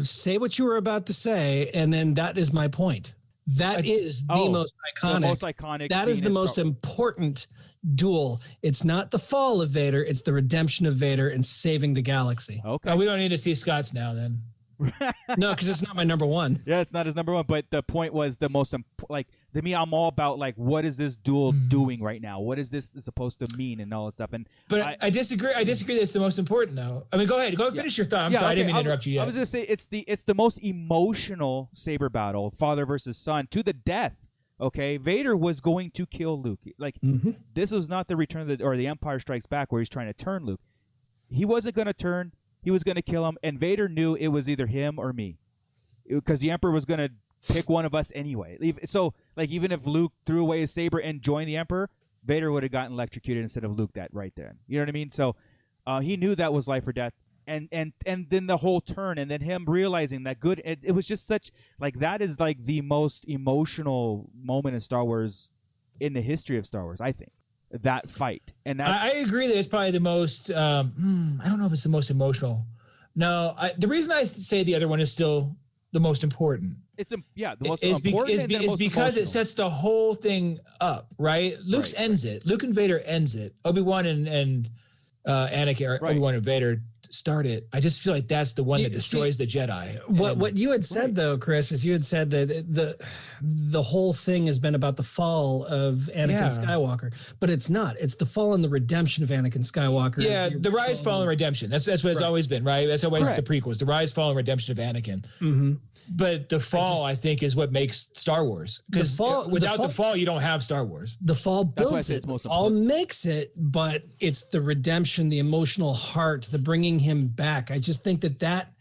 Speaker 8: Say what you were about to say, and then that is my point. That
Speaker 7: I-
Speaker 8: is the
Speaker 7: oh,
Speaker 8: most
Speaker 7: The
Speaker 8: iconic.
Speaker 7: most iconic.
Speaker 8: that is
Speaker 7: scene
Speaker 8: the
Speaker 7: in
Speaker 8: most
Speaker 7: Star-
Speaker 8: important duel. It's not the fall of Vader, it's the redemption of Vader and saving the galaxy.
Speaker 7: Okay.
Speaker 3: Oh, we don't need to see Scott's now then.
Speaker 8: No, because it's not my number one.
Speaker 7: Yeah, it's not his number one, but the point was the most imp- like to me. I'm all about like what is this duel
Speaker 8: Mm.
Speaker 7: doing right now? What is this supposed to mean and all that stuff? And
Speaker 3: But
Speaker 7: I-
Speaker 3: I, disagree. I disagree that's the most important though. I mean, go ahead. Go ahead, finish your thought. I'm
Speaker 7: Yeah,
Speaker 3: sorry, I didn't
Speaker 7: okay,
Speaker 3: mean to interrupt you
Speaker 7: I
Speaker 3: yet.
Speaker 7: was just say it's the it's the most emotional saber battle, father versus son, to the death. Okay, Vader was going to kill Luke. Like
Speaker 3: Mm-hmm.
Speaker 8: Mhm.
Speaker 7: this was not the return of the or the Empire Strikes Back where he's trying to turn Luke. He wasn't going to turn. He was going to kill him, and Vader knew it was either him or me, because the Emperor was going to pick one of us anyway. Leave- So, like, even if Luke threw away his saber and joined the Emperor, Vader would have gotten electrocuted instead of Luke that right then. You know what I mean? So, uh, he knew that was life or death, and and and then the whole turn, and then him realizing that good. It, it was just such like that is like the most emotional moment in Star Wars, in the history of Star Wars. I think that fight, and that's
Speaker 3: I, I agree that it's probably the most. Um, hmm, I don't know if it's the most emotional. No, I, the reason I say the other one is still the most important
Speaker 7: it's im- yeah the most
Speaker 3: is, be-
Speaker 7: important
Speaker 3: is,
Speaker 7: and
Speaker 3: be-
Speaker 7: the
Speaker 3: is
Speaker 7: most
Speaker 3: because
Speaker 7: emotional.
Speaker 3: it sets the whole thing up, right? Luke's
Speaker 7: Right,
Speaker 3: ends it. Luke and Vader ends it. Obi Wan and and uh, Anakin, or
Speaker 7: Right.
Speaker 3: Obi Wan and Vader start it. I just feel like that's the one
Speaker 8: You-
Speaker 3: that destroys the Jedi.
Speaker 8: what
Speaker 3: And-
Speaker 8: what you had said though, Chris, is you had said that the the whole thing has been about the fall of Anakin
Speaker 3: Yeah.
Speaker 8: Skywalker, but it's not. It's the fall and the redemption of Anakin Skywalker.
Speaker 3: Yeah, the rise, fall, and redemption. That's that's what it's
Speaker 8: Right.
Speaker 3: always been, right? That's always the
Speaker 7: Correct.
Speaker 3: prequels, the rise, fall, and redemption of Anakin.
Speaker 8: hmm
Speaker 3: But the fall, I, think, is what makes Star Wars. Because
Speaker 8: fall- the
Speaker 3: without the fall,
Speaker 8: fall-
Speaker 3: you don't have Star Wars.
Speaker 8: The fall
Speaker 7: That's why I
Speaker 8: builds
Speaker 7: say
Speaker 8: it.
Speaker 7: it's most
Speaker 8: The fall
Speaker 7: important.
Speaker 8: makes it, but it's the redemption, the emotional heart, the bringing him back. I just think that that.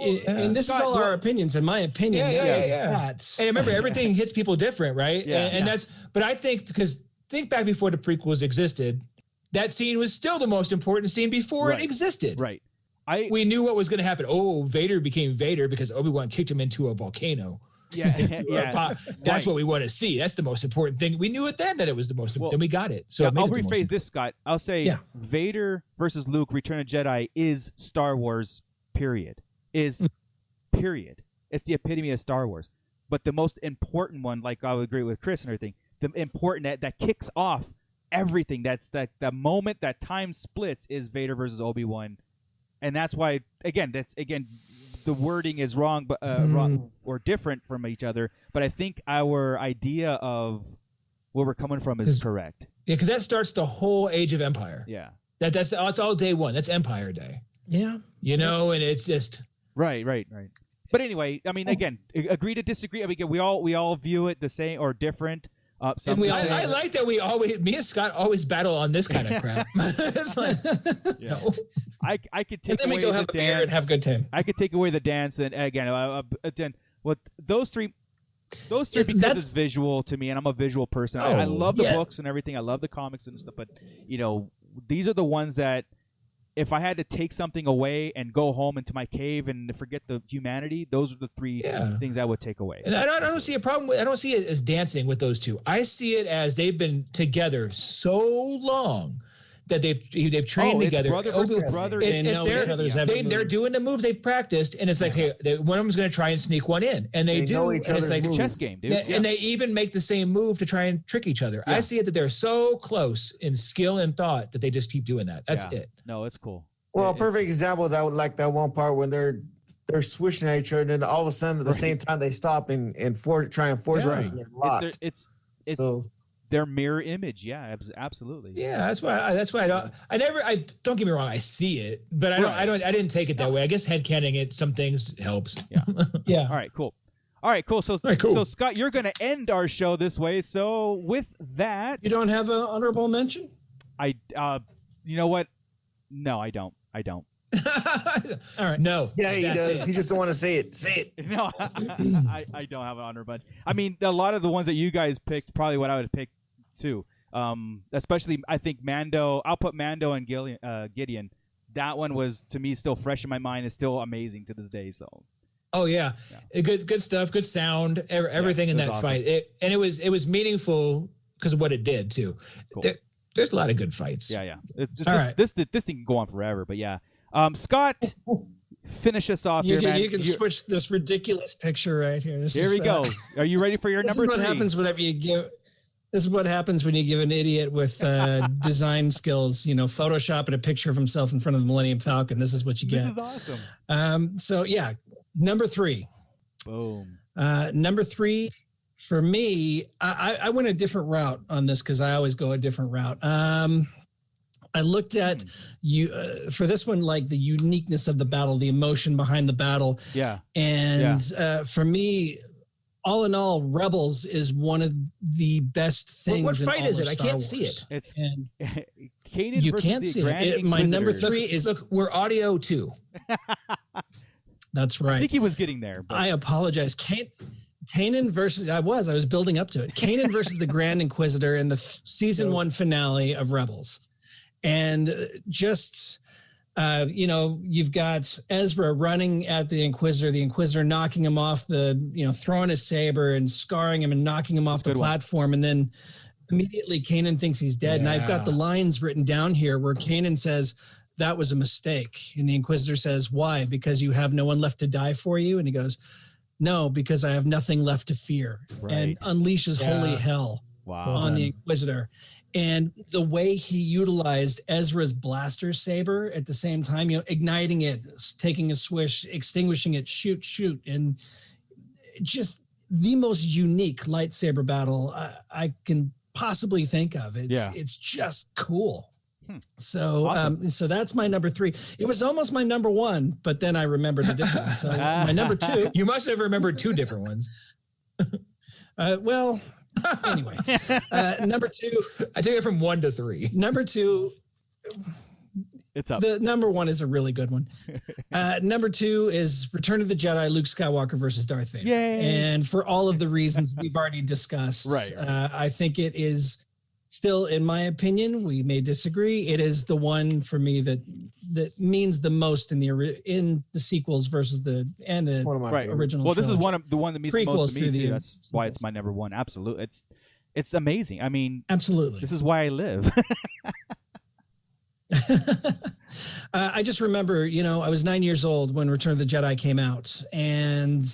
Speaker 8: I mean, this is
Speaker 7: Scott,
Speaker 8: all our opinions. In my opinion,
Speaker 3: Yeah, yeah,
Speaker 8: that
Speaker 3: yeah,
Speaker 8: is
Speaker 3: yeah.
Speaker 8: that.
Speaker 3: And remember, everything hits people different, right?
Speaker 7: Yeah.
Speaker 3: and, and that's. But I think because think back before the prequels existed, that scene was still the most important scene before
Speaker 7: Right.
Speaker 3: it existed.
Speaker 7: Right. I
Speaker 3: We knew what was going to happen. Oh, Vader became Vader because Obi Wan kicked him into a volcano.
Speaker 7: yeah, yeah.
Speaker 3: Or pop- That's
Speaker 7: Right.
Speaker 3: what we want to see. That's the most important thing. We knew it then that it was the most.
Speaker 7: Well,
Speaker 3: important. then we got it. So
Speaker 7: Yeah,
Speaker 3: it made
Speaker 7: I'll
Speaker 3: it the most
Speaker 7: rephrase this, Scott. I'll say
Speaker 8: Yeah.
Speaker 7: Vader versus Luke, Return of Jedi is Star Wars, period. Is period. It's the epitome of Star Wars. But the most important one, like I would agree with Chris and everything, the important that, that kicks off everything. That's that the moment that time splits is Vader versus Obi Wan. And that's why again, that's again the wording is wrong but uh, wrong or different from each other. But I think our idea of where we're coming from is
Speaker 3: Is-
Speaker 7: correct.
Speaker 3: Yeah, because that starts the whole age of empire.
Speaker 7: Yeah.
Speaker 3: That that's that's all day one. That's Empire Day.
Speaker 8: yeah.
Speaker 3: You know, and it's just
Speaker 7: Right, right, right. But anyway, I
Speaker 8: Oh.
Speaker 7: mean, again, a- agree to disagree. I mean, again, we all we all view it the same or different. Uh, some
Speaker 8: And we all-
Speaker 3: I, I like that we always me and Scott always battle on this kind of crap. it's like no.
Speaker 7: I, I could
Speaker 8: And
Speaker 7: take
Speaker 8: then we
Speaker 7: away
Speaker 8: go
Speaker 7: the
Speaker 8: have a
Speaker 7: dance.
Speaker 8: beer and have a good time.
Speaker 7: I could take away the dance, and again, uh, uh, again, what those three, those three
Speaker 8: Yeah,
Speaker 7: because
Speaker 8: that's-
Speaker 7: it's visual to me, and I'm a visual person. I, I
Speaker 3: Oh,
Speaker 7: love the
Speaker 8: yeah.
Speaker 7: books and everything. I love the comics and stuff, but you know, these are the ones that if I had to take something away and go home into my cave and forget the humanity, those are the three
Speaker 3: Yeah.
Speaker 7: things I would take away.
Speaker 3: And I don't, I don't see a problem with I don't see it as dancing with those two. I see it as they've been together so long that they've they've trained
Speaker 7: oh,
Speaker 3: together.
Speaker 7: It's brother
Speaker 3: Obi-
Speaker 7: versus brother.
Speaker 3: It's-
Speaker 8: They
Speaker 3: it's
Speaker 8: know
Speaker 3: their-
Speaker 8: each other's every
Speaker 3: they, they're
Speaker 8: move.
Speaker 3: doing the moves they've practiced, and it's like, hey, they, one of them's going to try and sneak one in, and they,
Speaker 9: They
Speaker 3: do.
Speaker 9: know each
Speaker 3: and it's
Speaker 9: other's
Speaker 3: like,
Speaker 9: moves.
Speaker 7: chess game, dude.
Speaker 3: Yeah, And they even make the same move to try and trick each other.
Speaker 7: Yeah.
Speaker 3: I see it that they're so close in skill and thought that they just keep doing that. That's
Speaker 7: Yeah.
Speaker 3: it.
Speaker 7: no, it's cool.
Speaker 9: Well,
Speaker 7: Yeah,
Speaker 9: a
Speaker 7: it's-
Speaker 9: perfect example of that would like that one part when they're they're swishing at each other, and then all of a sudden at the same time they stop and and for, try and force
Speaker 3: Yeah.
Speaker 9: right.
Speaker 7: It's
Speaker 9: locked.
Speaker 7: their, it's it's
Speaker 9: so
Speaker 7: their mirror image. Yeah, abs- absolutely.
Speaker 3: Yeah, that's why. I, that's why I don't. I never. I don't get me wrong. I see it, but I don't.
Speaker 7: Right.
Speaker 3: I don't. I didn't take it that way. I guess headcanning it some things helps.
Speaker 8: Yeah.
Speaker 7: All right, cool. All right, cool. So,
Speaker 3: right, cool.
Speaker 7: so Scott, you're going to end our show this way. So, with that,
Speaker 8: You don't have an honorable mention?
Speaker 7: I, uh, you know what? No, I don't. I don't.
Speaker 3: All right. No.
Speaker 9: yeah, he
Speaker 3: that's
Speaker 9: does.
Speaker 3: it.
Speaker 9: He just don't want to say it. Say it.
Speaker 7: No, I, I don't have an honor, but I mean, a lot of the ones that you guys picked, probably what I would have picked too. Um, especially, I think Mando. I'll put Mando and Gideon. Uh, Gideon. That one was to me still fresh in my mind. It's still amazing to this day. So
Speaker 3: Oh yeah. Good. Good stuff. Good sound. ev- Everything in
Speaker 7: it was
Speaker 3: that
Speaker 7: awesome.
Speaker 3: fight. It, and it was. It was meaningful because of what it did too.
Speaker 7: Cool.
Speaker 3: There- there's a lot of good fights.
Speaker 7: Yeah, yeah. It's just,
Speaker 8: All
Speaker 7: this,
Speaker 8: right.
Speaker 7: this, this thing can go on forever, but yeah. Um, Scott, finish us off
Speaker 8: You
Speaker 7: here,
Speaker 8: can,
Speaker 7: man.
Speaker 8: you can
Speaker 7: You're-
Speaker 8: switch this ridiculous picture right here. This
Speaker 7: here
Speaker 8: is,
Speaker 7: we go.
Speaker 8: uh,
Speaker 7: Are you ready for your
Speaker 8: This
Speaker 7: number
Speaker 8: is what
Speaker 7: three?
Speaker 8: happens whenever you give. This is what happens when you give an idiot with uh, design skills, you know, Photoshop and a picture of himself in front of the Millennium Falcon. This is what you
Speaker 7: This
Speaker 8: get.
Speaker 7: is awesome.
Speaker 8: um, so yeah, number three.
Speaker 7: Boom.
Speaker 8: Uh, number three for me, I, I I went a different route on this because I always go a different route. Um, I looked at
Speaker 3: Hmm.
Speaker 8: you uh, for this one, like the uniqueness of the battle, the emotion behind the battle,
Speaker 7: Yeah.
Speaker 8: and uh, for me, all in all, Rebels is one of the best
Speaker 3: What,
Speaker 8: things.
Speaker 3: what
Speaker 8: in
Speaker 3: fight
Speaker 8: all
Speaker 3: is
Speaker 8: of
Speaker 3: it? I
Speaker 8: Star
Speaker 3: can't see
Speaker 8: Wars.
Speaker 3: it.
Speaker 7: It's
Speaker 8: And
Speaker 7: Kanan
Speaker 8: you
Speaker 7: versus
Speaker 8: can't
Speaker 7: the
Speaker 8: see
Speaker 7: Grand
Speaker 8: it. It- My number
Speaker 7: Inquisitor.
Speaker 8: three is.
Speaker 3: Look, we're audio too.
Speaker 8: that's
Speaker 7: I
Speaker 8: right.
Speaker 7: think he was getting there. But
Speaker 8: I apologize. Can- Kanan versus I was I was building up to it. Kanan versus the Grand Inquisitor in the f- season one finale of Rebels, and uh, just uh, you know you've got Ezra running at the Inquisitor, the Inquisitor knocking him off the you know throwing his saber and scarring him and knocking him off the
Speaker 7: good one.
Speaker 8: platform, and then immediately Kanan thinks he's dead. And I've got the lines written down here where Kanan says, That was a mistake. And the Inquisitor says, Why? Because you have no one left to die for you. And he goes, No, because I have nothing left to fear.
Speaker 7: Right.
Speaker 8: And unleashes holy
Speaker 3: Yeah.
Speaker 8: hell
Speaker 7: wow.
Speaker 8: on the Inquisitor. and the way he utilized Ezra's blaster saber at the same time, you know, igniting it, s- taking a swish, extinguishing it, shoot, shoot, and just the most unique lightsaber battle I, I can possibly think of. It's
Speaker 7: Yeah.
Speaker 8: it's just cool.
Speaker 7: Hmm.
Speaker 8: So,
Speaker 7: Awesome.
Speaker 8: um, so that's my number three. It was almost my number one, but then I remembered a different one. So my number two.
Speaker 3: You must have remembered two different ones.
Speaker 8: Uh, well, anyway, uh, number two.
Speaker 3: I took it from one to three.
Speaker 8: Number two
Speaker 7: It's up.
Speaker 8: The number one is a really good one. Uh, number two is Return of the Jedi: Luke Skywalker versus Darth Vader.
Speaker 7: Yay.
Speaker 8: And for all of the reasons we've already discussed,
Speaker 7: Right.
Speaker 8: Uh, I think it is still, in my opinion, we may disagree. It is the one for me that that means the most in the ori- in the sequels versus the and the
Speaker 9: One of my
Speaker 7: Right.
Speaker 9: favorites.
Speaker 8: original.
Speaker 7: Well, this is
Speaker 8: trilogy.
Speaker 7: one of the one that means the
Speaker 8: Prequels
Speaker 7: most to me
Speaker 8: to
Speaker 7: too.
Speaker 8: the
Speaker 7: That's why it's my number one. Absolute. It's it's amazing. I mean,
Speaker 8: Absolutely.
Speaker 7: this is why I live.
Speaker 8: uh, I just remember, you know, I was nine years old when Return of the Jedi came out, and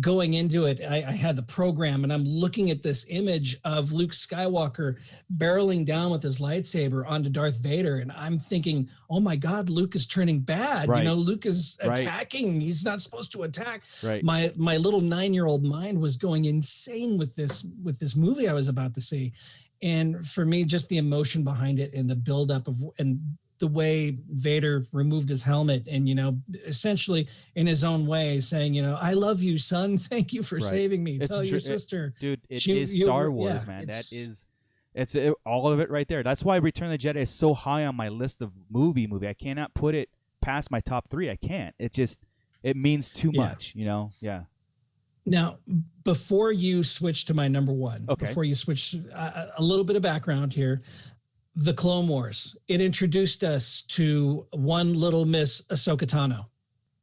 Speaker 8: going into it, I, I had the program, and I'm looking at this image of Luke Skywalker barreling down with his lightsaber onto Darth Vader, and I'm thinking, oh my God, Luke is turning bad.
Speaker 7: Right.
Speaker 8: You know, Luke is
Speaker 7: Right.
Speaker 8: attacking. He's not supposed to attack.
Speaker 7: right.
Speaker 8: My my little nine year old mind was going insane with this with this movie I was about to see, and for me, just the emotion behind it and the buildup of and the way Vader removed his helmet and you know essentially in his own way saying you know I love you son thank you for
Speaker 7: Right.
Speaker 8: saving me
Speaker 7: It's
Speaker 8: tell your
Speaker 7: true- it-
Speaker 8: sister
Speaker 7: dude it is
Speaker 8: She- you-
Speaker 7: star
Speaker 8: yeah,
Speaker 7: wars man that
Speaker 8: it's-
Speaker 7: is it's it, all of it right there that's why return of the jedi is so high on my list of movie movie i cannot put it past my top three i can't it just it means too
Speaker 8: Yeah.
Speaker 7: much you know yeah
Speaker 8: Now, before you switch to my number one,
Speaker 7: Okay.
Speaker 8: before you switch, uh, a little bit of background here. The Clone Wars, it introduced us to one little Miss Ahsoka Tano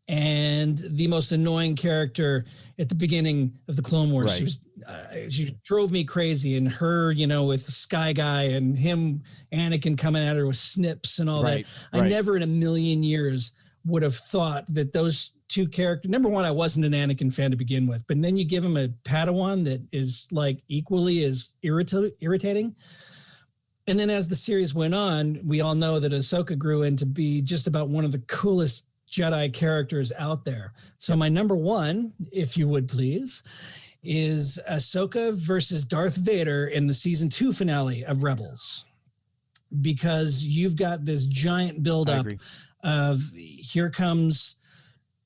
Speaker 8: and the most annoying character at the beginning of the Clone Wars. She
Speaker 7: Right.
Speaker 8: was, uh, she drove me crazy and her, you know, with Sky Guy and him, Anakin coming at her with snips and all that.
Speaker 7: right
Speaker 8: I
Speaker 7: right.
Speaker 8: never in a million years would have thought that those two characters. Number one, I wasn't an Anakin fan to begin with, but then you give him a Padawan that is like equally as irrita- irritating. And then as the series went on, we all know that Ahsoka grew into be just about one of the coolest Jedi characters out there. So my number one, if you would please, is Ahsoka versus Darth Vader in the season two finale of Rebels. Because you've got this giant
Speaker 7: I
Speaker 8: buildup
Speaker 7: agree.
Speaker 8: of here comes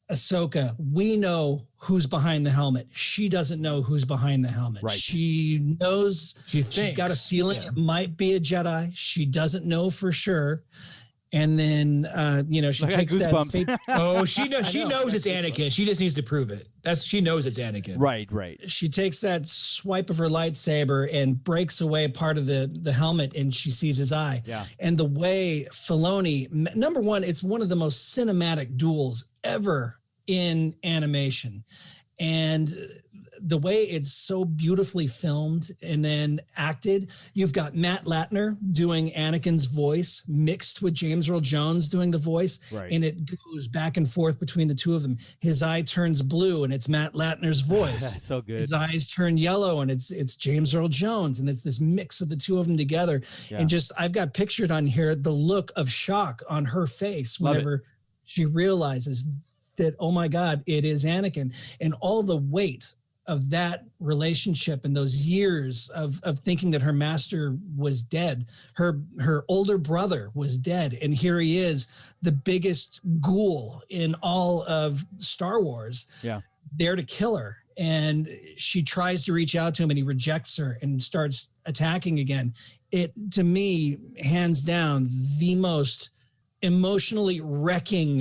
Speaker 8: Ahsoka. We know who's behind the helmet. She doesn't know who's behind the helmet.
Speaker 7: Right.
Speaker 8: She knows
Speaker 3: She
Speaker 8: She's got a
Speaker 3: thinks.
Speaker 8: feeling
Speaker 3: Yeah.
Speaker 8: it might be a Jedi. She doesn't know for sure. And then, uh, you know, she
Speaker 7: I got
Speaker 8: takes that.
Speaker 7: goosebumps.
Speaker 8: fate-
Speaker 3: Oh, she knows.
Speaker 8: I
Speaker 3: She
Speaker 8: know.
Speaker 3: knows it's Anakin. She just needs to prove it. That's she knows it's Anakin.
Speaker 7: right right
Speaker 8: she takes that swipe of her lightsaber and breaks away part of the the helmet, and she sees his eye.
Speaker 7: yeah
Speaker 8: And the way Filoni, m- number one, it's one of the most cinematic duels ever in animation. And the way it's so beautifully filmed and then acted, you've got Matt Latner doing Anakin's voice mixed with James Earl Jones doing the voice.
Speaker 7: Right.
Speaker 8: And it goes back and forth between the two of them. His eye turns blue and it's Matt Latner's voice
Speaker 7: that's so good
Speaker 8: his eyes turn yellow and it's it's James Earl Jones and it's this mix of the two of them together
Speaker 7: Yeah.
Speaker 8: and just I've got pictured on here the look of shock on her face
Speaker 7: Love it.
Speaker 8: whenever she realizes that oh my god it is Anakin and all the weight of that relationship and those years of of thinking that her master was dead her her older brother was dead and here he is the biggest ghoul in all of Star Wars there to kill her and she tries to reach out to him and he rejects her and starts attacking again it to me hands down the most emotionally wrecking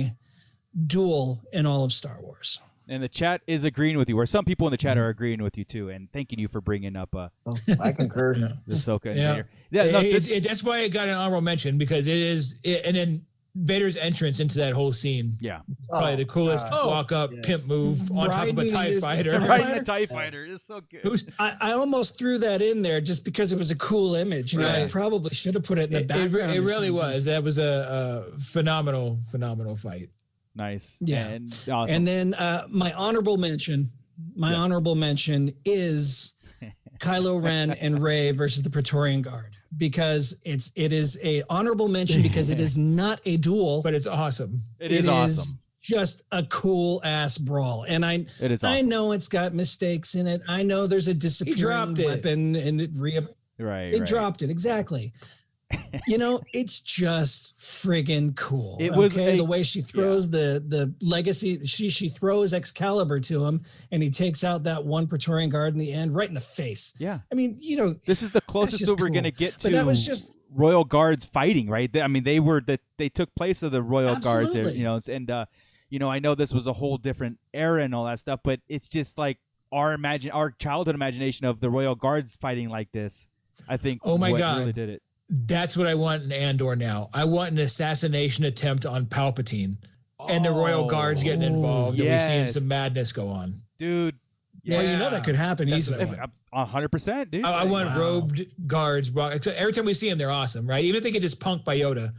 Speaker 8: duel in all of star wars
Speaker 7: and the chat is agreeing with you or some people in the chat are agreeing with you too and thanking you for bringing up uh
Speaker 9: Oh, I concur. Oh.
Speaker 7: Ahsoka and
Speaker 3: Yeah.
Speaker 7: Vader. yeah no,
Speaker 3: It-
Speaker 7: this-
Speaker 3: it- that's why it got an honorable mention because it is. It, and then Vader's entrance into that whole scene,
Speaker 7: yeah
Speaker 3: probably
Speaker 9: Oh,
Speaker 3: the coolest
Speaker 9: God.
Speaker 3: walk up
Speaker 9: yes.
Speaker 3: pimp move on top of a
Speaker 8: Riding
Speaker 3: Tie
Speaker 8: his-
Speaker 3: Fighter.
Speaker 8: Right.
Speaker 7: riding the tie fighter is so good
Speaker 3: Who's-
Speaker 8: I, I almost threw that in there just because it was a cool image and i
Speaker 3: Right.
Speaker 8: probably should have put it in the
Speaker 3: It, it, re-
Speaker 8: background
Speaker 3: it
Speaker 8: or
Speaker 3: really
Speaker 8: something.
Speaker 3: was. That was a, a phenomenal, phenomenal fight.
Speaker 7: nice
Speaker 8: Yeah.
Speaker 7: and awesome
Speaker 8: And then uh, my honorable mention, my
Speaker 7: Yes.
Speaker 8: honorable mention is Kylo Ren and Ray versus the Praetorian Guard because it's it is a honorable mention because it is not a duel,
Speaker 3: but it's awesome.
Speaker 7: It is awesome.
Speaker 8: just a cool ass brawl. And I
Speaker 7: It is
Speaker 8: I
Speaker 7: awesome.
Speaker 8: know it's got mistakes in it. I know there's a disappearing
Speaker 3: dropped it.
Speaker 8: weapon and it re
Speaker 7: Right.
Speaker 8: it
Speaker 7: right.
Speaker 8: dropped it exactly. you know, it's just friggin' cool.
Speaker 7: It was
Speaker 8: okay?
Speaker 7: a-
Speaker 8: the way she throws the the legacy. She she throws Excalibur to him, and he takes out that one Praetorian guard in the end, right in the face.
Speaker 7: Yeah.
Speaker 8: I mean, you know,
Speaker 7: This is the closest
Speaker 8: just
Speaker 7: that we're
Speaker 8: cool.
Speaker 7: gonna get to.
Speaker 8: But that was just-
Speaker 7: royal guards fighting, right? They- I mean, they were that they took place of the royal guards,
Speaker 8: Absolutely.
Speaker 7: you know, and uh, you know, I know this was a whole different era and all that stuff, but it's just like our imagine our childhood imagination of the royal guards fighting like this. I think.
Speaker 3: Oh my
Speaker 7: what
Speaker 3: God.
Speaker 7: really did it?
Speaker 3: That's what I want in Andor now. I want an assassination attempt on Palpatine and the
Speaker 7: Oh,
Speaker 3: royal guards getting involved, and we see
Speaker 7: yes.
Speaker 3: some madness go on.
Speaker 7: dude. Yeah,
Speaker 8: well, you know that could happen
Speaker 3: That's
Speaker 8: easily.
Speaker 3: what I want.
Speaker 7: a hundred percent, dude.
Speaker 3: I, I want
Speaker 8: Wow.
Speaker 3: robed guards. ro- Except every time we see them, they're awesome, right? Even if they get just punked by Yoda,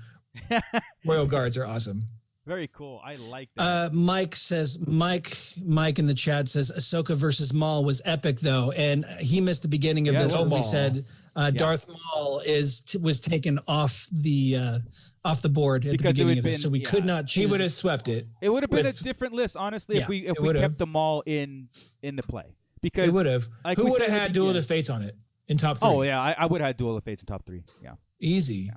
Speaker 3: royal guards are awesome.
Speaker 7: Very cool. I like that.
Speaker 8: Uh, Mike says Mike Mike in the chat says Ahsoka versus Maul was epic though, and he missed the beginning of
Speaker 7: Yeah,
Speaker 8: this
Speaker 7: no
Speaker 8: when we
Speaker 3: Maul.
Speaker 8: said uh, Darth Maul is t- was taken off the uh, off the board at
Speaker 7: Because it
Speaker 8: the beginning
Speaker 7: would've
Speaker 8: of this,
Speaker 7: been-
Speaker 8: so we could
Speaker 7: yeah.
Speaker 8: not choose.
Speaker 3: He would have swept it.
Speaker 7: it would have been
Speaker 8: with-
Speaker 7: a different list, honestly,
Speaker 8: Yeah,
Speaker 7: if we if
Speaker 3: it
Speaker 7: we
Speaker 3: would've.
Speaker 7: kept them all in in the play. Because
Speaker 3: He would have.
Speaker 7: like
Speaker 3: Who
Speaker 7: we
Speaker 3: would have
Speaker 7: said at
Speaker 3: had
Speaker 7: the
Speaker 3: Duel of the
Speaker 7: beginning-
Speaker 3: Fates on it in top three?
Speaker 7: Oh yeah, I, I would have had Duel of Fates in top three. Yeah,
Speaker 3: easy.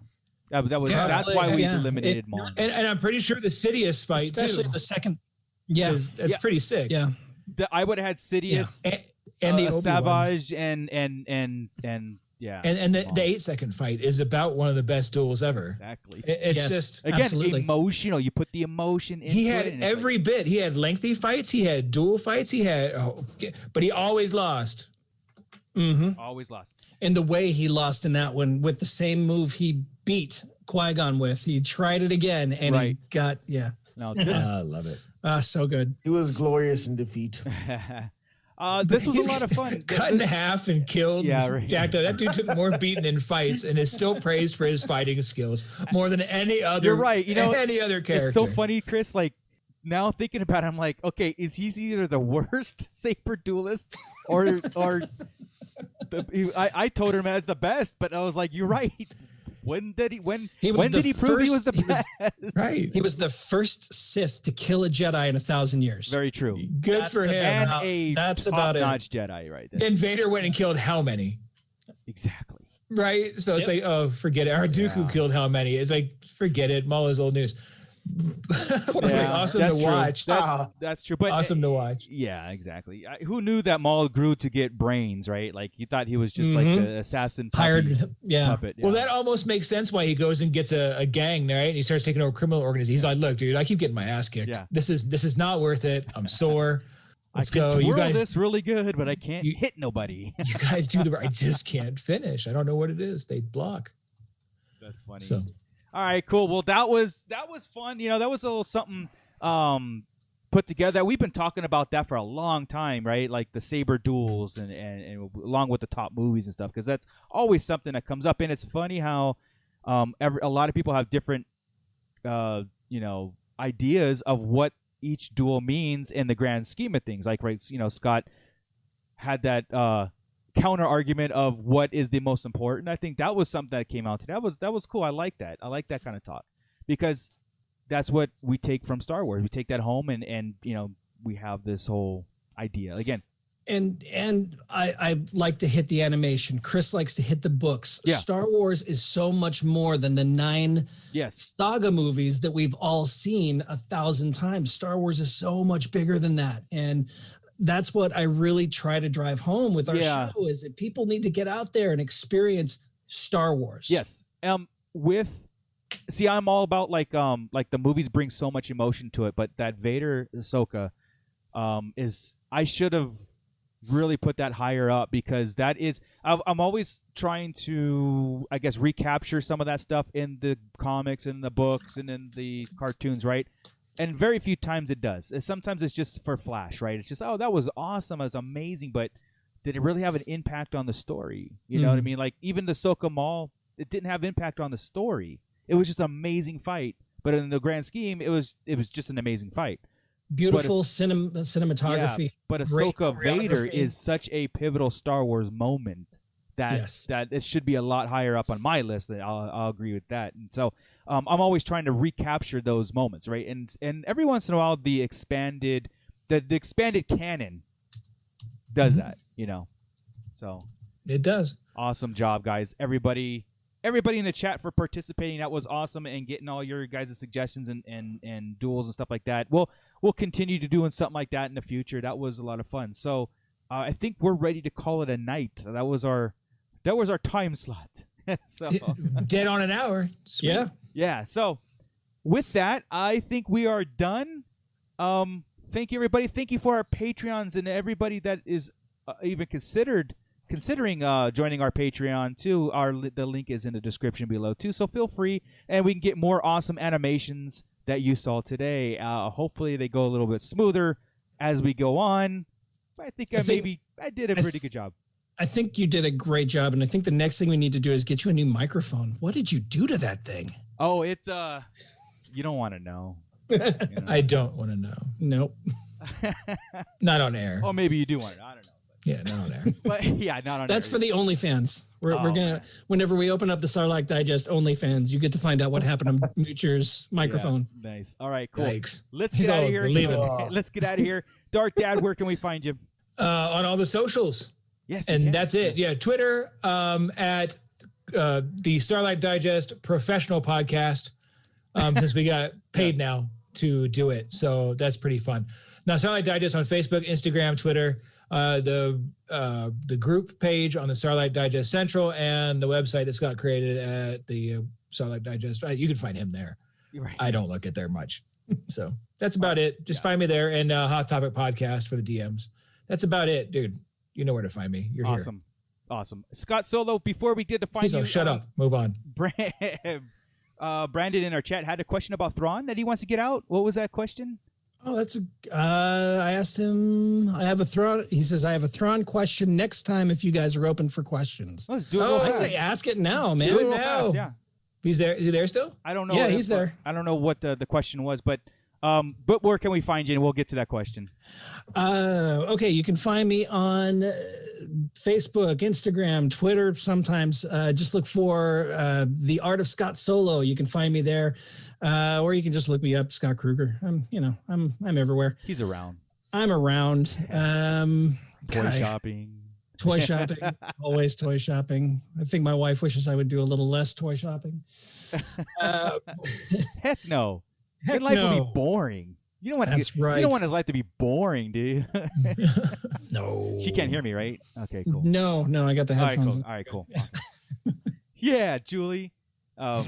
Speaker 7: that, that was
Speaker 8: Yeah,
Speaker 7: that's
Speaker 8: like,
Speaker 7: why we
Speaker 8: yeah.
Speaker 7: eliminated
Speaker 8: It-
Speaker 7: Maul.
Speaker 3: And, and I'm pretty sure the Sidious fight
Speaker 8: especially
Speaker 3: too.
Speaker 8: the second. Yeah,
Speaker 3: is- that's
Speaker 7: Yeah.
Speaker 3: pretty sick.
Speaker 8: yeah.
Speaker 7: The- I would have had Sidious
Speaker 3: And, and the
Speaker 7: uh,
Speaker 3: Obi-Wan.
Speaker 7: Savage and and and and yeah.
Speaker 3: and and the,
Speaker 7: Maul.
Speaker 3: the eight second fight is about one of the best duels ever.
Speaker 7: exactly.
Speaker 3: It- it's
Speaker 8: Yes.
Speaker 3: just
Speaker 7: Again,
Speaker 8: absolutely.
Speaker 7: emotional. You put the emotion in.
Speaker 3: he had every bit. He had lengthy fights. He had dual fights. He had, oh, but he always lost.
Speaker 8: hmm
Speaker 7: always lost.
Speaker 8: And the way he lost in that one with the same move he beat Qui Gon with, he tried it again and he
Speaker 7: Right.
Speaker 8: got yeah,
Speaker 7: No, this,
Speaker 3: I love it.
Speaker 8: ah, so good.
Speaker 9: Uh, He was glorious in defeat.
Speaker 7: uh, this was a lot of fun.
Speaker 3: Cut in half and killed.
Speaker 7: Yeah,
Speaker 3: Yeah,
Speaker 7: right.
Speaker 3: Jacked up. That dude took more beating in fights and is still praised for his fighting skills more than any other.
Speaker 7: You're right. You know,
Speaker 3: any other character.
Speaker 7: It's so funny, Chris. Like now thinking about, it, I'm like, okay, is he's either the worst saber duelist or or the, he, I, I told him as the best, but I was like, you're right. When did he? When
Speaker 8: He was
Speaker 7: when
Speaker 8: the
Speaker 7: did he prove he was
Speaker 8: first-
Speaker 7: the
Speaker 8: he was-
Speaker 7: best?
Speaker 3: Right.
Speaker 8: He was the first Sith to kill a Jedi in a thousand years.
Speaker 7: Very true.
Speaker 3: Good
Speaker 8: That's
Speaker 3: for him.
Speaker 7: And
Speaker 8: about-
Speaker 7: a
Speaker 8: that's about it.
Speaker 7: top-notch Jedi right there.
Speaker 3: Then Vader went and killed how many?
Speaker 7: Exactly.
Speaker 3: Right. So it's like, oh, forget it. Our Dooku
Speaker 7: Yeah.
Speaker 3: killed how many? It's like, forget it. Maula's old news. Which was
Speaker 7: Yeah,
Speaker 3: awesome
Speaker 7: that's
Speaker 3: to
Speaker 7: true.
Speaker 3: watch. Ah.
Speaker 7: That's, that's true. But
Speaker 3: awesome to watch.
Speaker 7: Yeah, exactly. I, who knew that Maul grew to get brains, right? Like you thought he was just like
Speaker 3: Mm-hmm.
Speaker 8: Mhm.
Speaker 7: the assassin puppy,
Speaker 8: hired. Yeah.
Speaker 7: puppet.
Speaker 3: Well,
Speaker 7: yeah.
Speaker 3: that almost makes sense why he goes and gets a, a gang, right? And he starts taking over criminal organizations. He's like, "Look, dude, I keep getting my ass kicked.
Speaker 7: Yeah.
Speaker 3: This is this is not worth it. I'm sore. Let's
Speaker 7: I can
Speaker 3: go.
Speaker 7: twirl
Speaker 3: You guys,
Speaker 7: this really good, but I can't
Speaker 3: You-
Speaker 7: hit nobody.
Speaker 3: you guys do the. I just can't finish. I don't know what it is. They block.
Speaker 7: That's funny.
Speaker 3: So
Speaker 7: All right, cool. Well, that was that was fun. You know, that was a little something um, put together. We've been talking about that for a long time, right? Like the saber duels and and, and along with the top movies and stuff, because that's always something that comes up. And it's funny how um, every, a lot of people have different, uh, you know, ideas of what each duel means in the grand scheme of things. Like, right, you know, Scott had that uh, counter argument of what is the most important. I think that was something that came out today. That was that was cool. I like that. I like that kind of talk because that's what we take from Star Wars. We take that home and and you know we have this whole idea again.
Speaker 8: And and I, I like to hit the animation. Chris likes to hit the books.
Speaker 7: Yeah.
Speaker 8: Star Wars is so much more than the nine
Speaker 7: Yes,
Speaker 8: saga movies that we've all seen a thousand times. Star Wars is so much bigger than that. And that's what I really try to drive home with our
Speaker 7: Yeah.
Speaker 8: show is that people need to get out there and experience Star Wars.
Speaker 7: Yes. Um with see I'm all about like um like the movies bring so much emotion to it, but that Vader Ahsoka um is I should have really put that higher up because that is I've, I'm always trying to I guess recapture some of that stuff in the comics and the books and in the cartoons, right? And very few times it does. And Sometimes it's just for flash, right? It's just oh that was awesome, that was amazing, but did it really have an impact on the story? You know what I mean? Like even the Soka Mall, it didn't have impact on the story. It was just an amazing fight, but in the grand scheme, it was it was just an amazing fight.
Speaker 8: beautiful cinem- cinematography.
Speaker 7: but
Speaker 8: Great
Speaker 7: Ahsoka Vader
Speaker 8: choreography.
Speaker 7: is such a pivotal Star Wars moment that
Speaker 8: Yes.
Speaker 7: that it should be a lot higher up on my list. That I'll, I'll agree with that. And so um, I'm always trying to recapture those moments, right? And and every once in a while, the expanded the, the expanded canon does
Speaker 8: Mm-hmm.
Speaker 7: that, you know. So
Speaker 3: It does.
Speaker 7: awesome job, guys! Everybody. Everybody in the chat for participating. That was awesome and getting all your guys' suggestions and, and, and duels and stuff like that. Well, we'll continue to doing something like that in the future. That was a lot of fun. So uh, I think we're ready to call it a night. That was our that was our time slot. so
Speaker 3: Dead on an hour. Sweet.
Speaker 8: Yeah.
Speaker 7: yeah. So with that, I think we are done. Um, thank you everybody. Thank you for our Patreons and everybody that is uh, even considered considering uh, joining our Patreon too. Our li- the link is in the description below too. So feel free, and we can get more awesome animations that you saw today. Uh, hopefully they go a little bit smoother as we go on. I think I,
Speaker 8: I think-
Speaker 7: maybe I did a
Speaker 8: I
Speaker 7: pretty
Speaker 8: th-
Speaker 7: good job.
Speaker 8: I think you did a great job, and I think the next thing we need to do is get you a new microphone. What did you do to that thing?
Speaker 7: Oh, it's uh, you don't want to know. You know.
Speaker 3: I don't want to know.
Speaker 8: Nope.
Speaker 3: Not on air.
Speaker 7: oh, maybe you do want to. know. I don't know.
Speaker 3: Yeah, not on air.
Speaker 7: But yeah, not on.
Speaker 8: That's for
Speaker 7: every-
Speaker 8: the OnlyFans. We're, we're
Speaker 7: Oh,
Speaker 8: gonna
Speaker 7: man.
Speaker 8: whenever we open up the Sarlacc Digest OnlyFans, you get to find out what happened to Muture's microphone.
Speaker 7: Yeah, nice. All right, cool.
Speaker 3: Yikes.
Speaker 7: Let's
Speaker 3: He's
Speaker 7: get out
Speaker 3: all
Speaker 7: of here.
Speaker 3: leaving.
Speaker 7: Let's get out of here. Dark Dad, where can we find you?
Speaker 3: Uh, on all the socials.
Speaker 7: Yes. you
Speaker 3: And
Speaker 7: can.
Speaker 3: that's it. Yeah. Twitter um, at uh, the Starlight Digest Professional Podcast, um, since we got paid now to do it. So that's pretty fun. Now, Starlight Digest on Facebook, Instagram, Twitter, uh, the uh, the group page on the Starlight Digest Central, and the website that Scott created at the uh, Starlight Digest. Uh, you can find him there.
Speaker 7: You're right.
Speaker 3: I don't look at there much. So that's about it. Just find me there and uh, Hot Topic Podcast for the DMs. That's about it, dude. You know where to find me. You're here.
Speaker 7: Awesome. Awesome. Scott Solo, before we did to find
Speaker 3: Please
Speaker 7: you,
Speaker 3: don't shut
Speaker 7: uh,
Speaker 3: up. Move on.
Speaker 7: Brand, uh, Brandon in our chat had a question about Thrawn that he wants to get out. What was that question?
Speaker 8: Oh, that's a. Uh, I asked him. I have a Thrawn. He says I have a Thrawn question next time if you guys are open for questions.
Speaker 7: Let's do it. Oh, real
Speaker 8: Oh, I
Speaker 7: fast.
Speaker 8: say ask it now, man. Oh.
Speaker 7: Do it real
Speaker 3: now.
Speaker 7: fast, Yeah.
Speaker 3: He's there. Is he there still?
Speaker 7: I don't know.
Speaker 8: Yeah,
Speaker 7: what-
Speaker 8: he's there.
Speaker 7: I don't know what the, the question was, but um, but where can we find you? And we'll get to that question.
Speaker 8: Uh, okay, you can find me on uh, Facebook, Instagram, Twitter. Sometimes uh, just look for uh, the Art of Scott Solo. You can find me there, uh, or you can just look me up, Scott Kruger. I'm, you know, I'm, I'm everywhere.
Speaker 7: He's around.
Speaker 8: I'm around. Um,
Speaker 7: Toy
Speaker 8: God, I-
Speaker 7: shopping.
Speaker 8: toy shopping, always toy shopping. I think my wife wishes I would do a little less toy shopping. Uh,
Speaker 7: Heck no.
Speaker 3: Heck
Speaker 7: Your life will
Speaker 3: no.
Speaker 7: be boring. You don't want
Speaker 8: That's
Speaker 7: to get, You
Speaker 8: right.
Speaker 7: don't want his life to be boring, do you?
Speaker 8: no,
Speaker 7: she can't hear me, right? Okay, cool.
Speaker 8: No, no, I got the
Speaker 7: All right,
Speaker 8: headphones.
Speaker 7: cool. All right, cool. Awesome. yeah, Julie. Um,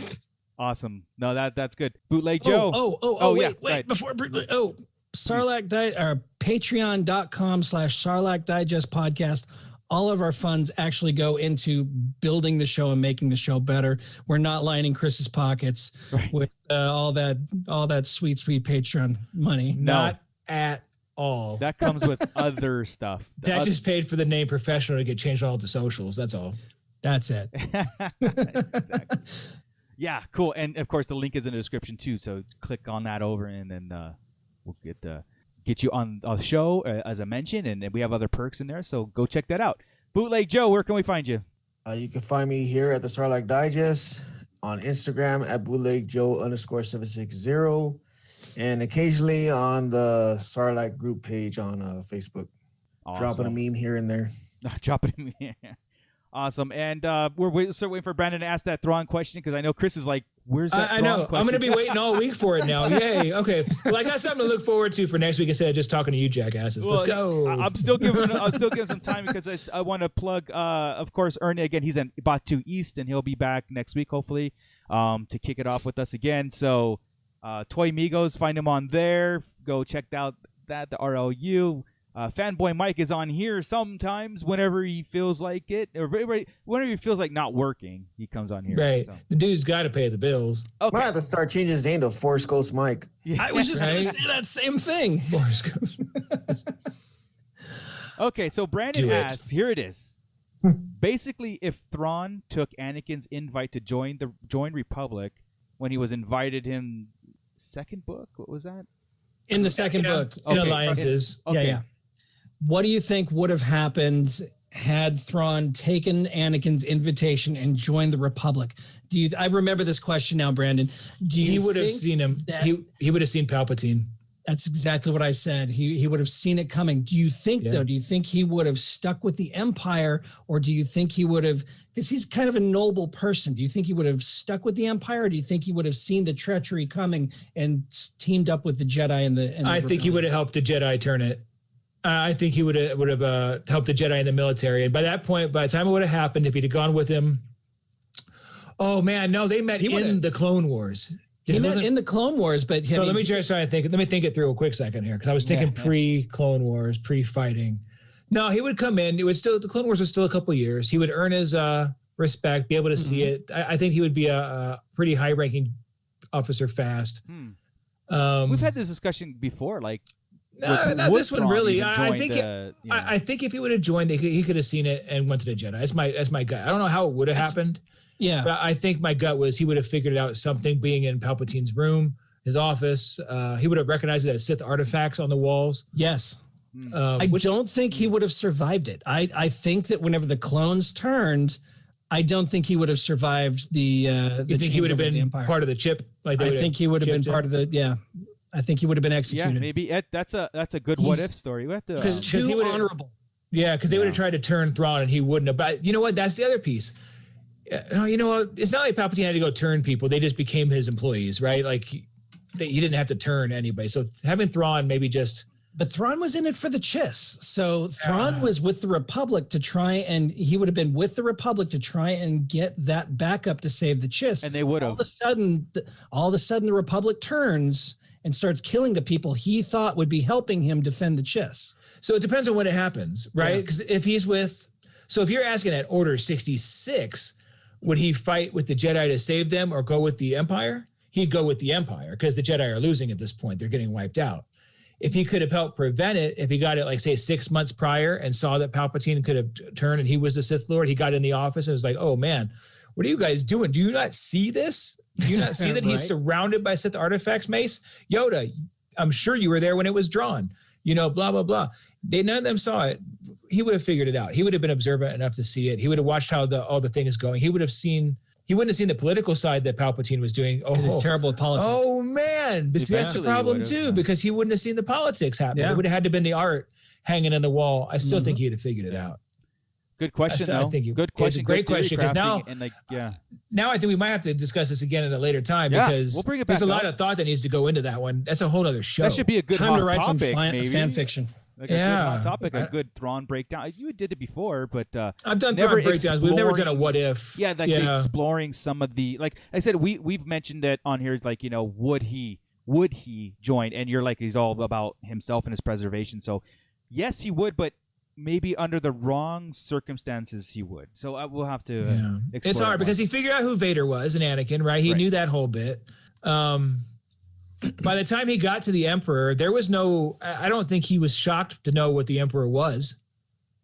Speaker 7: awesome. No, that that's good. Bootleg Joe.
Speaker 8: Oh, oh, oh,
Speaker 7: Oh,
Speaker 8: wait,
Speaker 7: yeah,
Speaker 8: wait,
Speaker 7: right.
Speaker 8: before Brit-
Speaker 7: uh,
Speaker 8: oh Sarlacc Di- or patreon.com slash Sarlacc Digest Podcast. All of our funds actually go into building the show and making the show better. We're not lining Chris's pockets
Speaker 7: Right.
Speaker 8: with uh, all that all that sweet, sweet Patreon money.
Speaker 7: No.
Speaker 3: Not at all. That,
Speaker 7: That comes with other stuff. The oth-
Speaker 3: just paid for the name professional to get changed on all the socials. That's all.
Speaker 8: That's it.
Speaker 7: Exactly. Yeah, cool. And of course, the link is in the description too. So click on that over, and then uh, we'll get uh, get you on a show uh, as I mentioned, and, and we have other perks in there. So go check that out. Bootleg Joe, where can we find you?
Speaker 9: Uh, you can find me here at the Sarlacc Digest on Instagram at bootleg Joe underscore seven six zero, and occasionally on the Sarlacc group page on uh, Facebook, dropping a
Speaker 7: Awesome.
Speaker 9: meme here and there.
Speaker 7: Not dropping him. Yeah. Awesome. And uh, we're wait- still waiting for Brandon to ask that Thrawn question because I know Chris is like, "Where's that?"
Speaker 3: I, I
Speaker 7: Thrawn
Speaker 3: know. I'm
Speaker 7: Question?
Speaker 3: going to be waiting all week for it now. Yay. Okay. Well, I got something to look forward to for next week instead of just talking to you jackasses. Let's go.
Speaker 7: I, am still giving. I'm still giving some time because I, I want to plug. Uh, of course, Ernie again. He's in Batu East, and he'll be back next week, hopefully, um, to kick it off with us again. So, uh, Toy Migos, find him on there. Go check out that the RLU. Uh, Fanboy Mike is on here sometimes whenever he feels like it, or whenever- whenever he feels like not working, he comes on here.
Speaker 3: Right.
Speaker 7: So.
Speaker 3: The dude's got to pay the bills.
Speaker 9: I might have to start changing his name to Force Ghost Mike.
Speaker 8: I was just going
Speaker 3: Right?
Speaker 8: to say that same thing.
Speaker 3: Forrest Gump.
Speaker 7: Okay, so Brandon
Speaker 3: Do it.
Speaker 7: asks, here it is. Basically, if Thrawn took Anakin's invite to join the join Republic when he was invited him second book, what was that?
Speaker 8: in the second
Speaker 3: Yeah.
Speaker 8: book.
Speaker 3: in
Speaker 7: Okay.
Speaker 3: alliances.
Speaker 7: Okay.
Speaker 8: Yeah, yeah. What do you think would have happened had Thrawn taken Anakin's invitation and joined the Republic? Do you? I remember this question now, Brandon. Do you
Speaker 3: He would have
Speaker 8: think-
Speaker 3: seen him.
Speaker 8: that-
Speaker 3: He he would have seen Palpatine.
Speaker 8: That's exactly what I said. He he would have seen it coming. Do you think
Speaker 3: Yeah.
Speaker 8: though? Do you think he would have stuck with the Empire, or do you think he would have? Because he's kind of a noble person. Do you think he would have stuck with the Empire? Or do you think he would have seen the treachery coming and s- teamed up with the Jedi and the? And the
Speaker 3: I think he
Speaker 8: Rebellion?
Speaker 3: would have helped the Jedi turn it. Uh, I think he would have would have uh, helped the Jedi in the military. And by that point, by the time it would have happened, if he'd have gone with him, oh man, no, they met
Speaker 8: He
Speaker 3: in
Speaker 8: would've-
Speaker 3: the Clone Wars.
Speaker 8: He
Speaker 3: It
Speaker 8: met
Speaker 3: wasn't-
Speaker 8: in the Clone Wars, but I
Speaker 3: so
Speaker 8: mean,
Speaker 3: let me just try to think. Let me think it through a quick second here, because I was thinking
Speaker 7: Yeah.
Speaker 3: pre Clone Wars, pre fighting. No, he would come in. It would still the Clone Wars was still a couple years. He would earn his uh, respect, be able to see
Speaker 7: Mm-hmm.
Speaker 3: it. I, I think he would be a, a pretty high ranking officer fast.
Speaker 7: Hmm.
Speaker 3: Um,
Speaker 7: We've had this discussion before. Like,
Speaker 3: no,
Speaker 7: would-
Speaker 3: not
Speaker 7: would
Speaker 3: this one
Speaker 7: Thrawn
Speaker 3: really.
Speaker 7: even
Speaker 3: I, I
Speaker 7: join
Speaker 3: think. it-
Speaker 7: the, you know-
Speaker 3: I, I think if he would have joined, they could, he could have seen it and went to the Jedi. That's my that's my gut. I don't know how it would have
Speaker 8: That's-
Speaker 3: happened,
Speaker 8: yeah.
Speaker 3: but I think my gut was he would have figured out something being in Palpatine's room, his office. Uh, he would have recognized it as Sith artifacts on the walls.
Speaker 8: Yes.
Speaker 3: Um,
Speaker 8: I don't think he would have survived it. I, I think that whenever the clones turned, I don't think he would have survived the. Uh,
Speaker 3: you
Speaker 8: the
Speaker 3: think he would have
Speaker 8: changeover to the
Speaker 3: been
Speaker 8: Empire.
Speaker 3: part of the chip? Like they
Speaker 8: I
Speaker 3: would've
Speaker 8: think he would have been
Speaker 3: chipped in?
Speaker 8: part of the. Yeah. I think he would have been
Speaker 7: yeah,
Speaker 8: executed.
Speaker 7: maybe it, that's a that's a good what
Speaker 8: He's-
Speaker 7: if story. We have to.
Speaker 8: Because
Speaker 7: um,
Speaker 3: he
Speaker 8: too
Speaker 3: would've-
Speaker 8: honorable.
Speaker 3: Yeah, because they would have
Speaker 7: Yeah.
Speaker 3: tried to turn Thrawn and he wouldn't have. But you know what? That's the other piece. Yeah, No, you know what? It's not like Palpatine had to go turn people. They just became his employees, right? Like he, they, he didn't have to turn anybody. So having Thrawn maybe just
Speaker 8: But Thrawn was in it for the Chiss. So Thrawn
Speaker 3: Yeah.
Speaker 8: was with the Republic to try and he would have been with the Republic to try and get that backup to save the Chiss.
Speaker 7: and they would
Speaker 8: all
Speaker 7: have.
Speaker 8: of a sudden, th- all of a sudden, the Republic turns and starts killing the people he thought would be helping him defend the Chiss.
Speaker 3: So it depends on when it happens, right? Because if he's with, so if you're asking at Order 66, would he fight with the Jedi to save them or go with the Empire? He'd go with the Empire because the Jedi are losing at this point. They're getting wiped out. If he could have helped prevent it, if he got it like say six months prior and saw that Palpatine could have t- turned and he was the Sith Lord, he got in the office and was like, oh man, what are you guys doing? Do you not see this? Do you not see that he's
Speaker 8: Right.
Speaker 3: surrounded by Sith artifacts, Mace? Yoda, I'm sure you were there when it was drawn. You know, blah blah blah. They none of them saw it. He would have figured it out. He would have been observant enough to see it. He would have watched how the all the thing is going. He would have seen. He wouldn't have seen the political side that Palpatine was doing. Oh,
Speaker 8: Because he's terrible at politics.
Speaker 3: oh man, but see, that's the
Speaker 7: Eventually he
Speaker 3: problem
Speaker 7: would've,
Speaker 3: too,
Speaker 7: yeah.
Speaker 3: because he wouldn't have seen the politics happen.
Speaker 8: Yeah.
Speaker 3: It would have had to been the art hanging in the wall. I
Speaker 7: Mm-hmm.
Speaker 3: still
Speaker 8: Mhm.
Speaker 3: think he'd have figured it out.
Speaker 7: Good question.
Speaker 3: I
Speaker 7: though.
Speaker 3: think you-
Speaker 7: good
Speaker 3: it's a
Speaker 7: question.
Speaker 3: great
Speaker 7: good theory
Speaker 3: question, 'cause
Speaker 7: crafting,
Speaker 3: now-
Speaker 7: and like yeah,
Speaker 3: Now I think we might have to discuss this again at a later time
Speaker 7: Yeah,
Speaker 3: because
Speaker 7: we'll bring it
Speaker 3: there's a
Speaker 7: back
Speaker 3: lot
Speaker 7: up.
Speaker 3: of thought that needs to go into that one. That's a whole other show.
Speaker 7: that should be a good
Speaker 8: Time
Speaker 7: hot
Speaker 8: to write
Speaker 7: topic,
Speaker 8: some fan,
Speaker 7: maybe.
Speaker 8: fan fiction.
Speaker 7: Like yeah, a good
Speaker 3: Yeah.
Speaker 7: hot topic, a
Speaker 3: I-
Speaker 7: good Thrawn breakdown. You did it before, but uh,
Speaker 3: I've done
Speaker 7: Never
Speaker 3: Thrawn breakdowns. We've never
Speaker 7: exploring-
Speaker 3: done a what if.
Speaker 7: yeah, like
Speaker 3: yeah.
Speaker 7: exploring some of the like I said, we we've mentioned that on here. Like you know, would he would he join? And you're like, he's all about himself and his preservation. So yes, he would, but maybe under the wrong circumstances, he would. So I will have to. uh,
Speaker 3: Yeah.
Speaker 7: explore
Speaker 3: It's hard
Speaker 7: that
Speaker 3: because he figured out who Vader was and Anakin, right? He
Speaker 7: Right.
Speaker 3: knew that whole bit. Um, by the time he got to the Emperor, there was no. I I don't think he was shocked to know what the Emperor was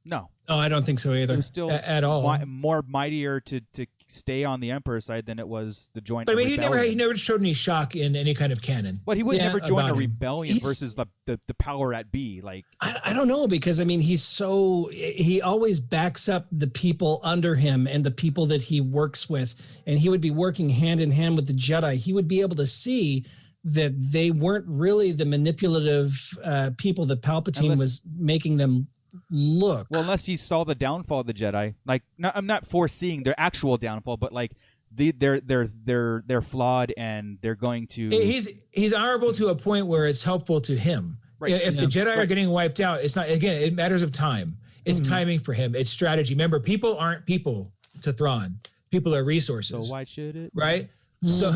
Speaker 7: one. no,
Speaker 8: Oh, I don't think so
Speaker 7: it
Speaker 8: either.
Speaker 7: was still
Speaker 3: a- at all.
Speaker 7: mi- more mightier to to stay on the emperor's side than it was to join.
Speaker 3: But I
Speaker 7: a
Speaker 3: mean, he never he
Speaker 7: rebellion.
Speaker 3: never showed any shock in any kind of canon.
Speaker 7: But he would
Speaker 8: Yeah,
Speaker 7: never join a
Speaker 3: about him.
Speaker 7: rebellion
Speaker 8: He's-
Speaker 7: versus the, the the power at B. Like
Speaker 8: I, I don't know because I mean he's so he always backs up the people under him and the people that he works with, and he would be working hand in hand with the Jedi. He would be able to see that they weren't really the manipulative uh, people that Palpatine
Speaker 7: Unless-
Speaker 8: was making them look.
Speaker 7: Well, unless he saw the downfall of the Jedi, like not, I'm not foreseeing their actual downfall, but like the, they're they're they're they're flawed and they're going to.
Speaker 3: He's he's honorable to a point where it's helpful to him.
Speaker 7: Right. Mm-hmm.
Speaker 3: If the Jedi are getting wiped out, it's not again. It matters of time. It's timing for him. It's strategy. Remember, people aren't people to Thrawn. People are
Speaker 7: so
Speaker 3: resources.
Speaker 7: why should it?
Speaker 3: right? So,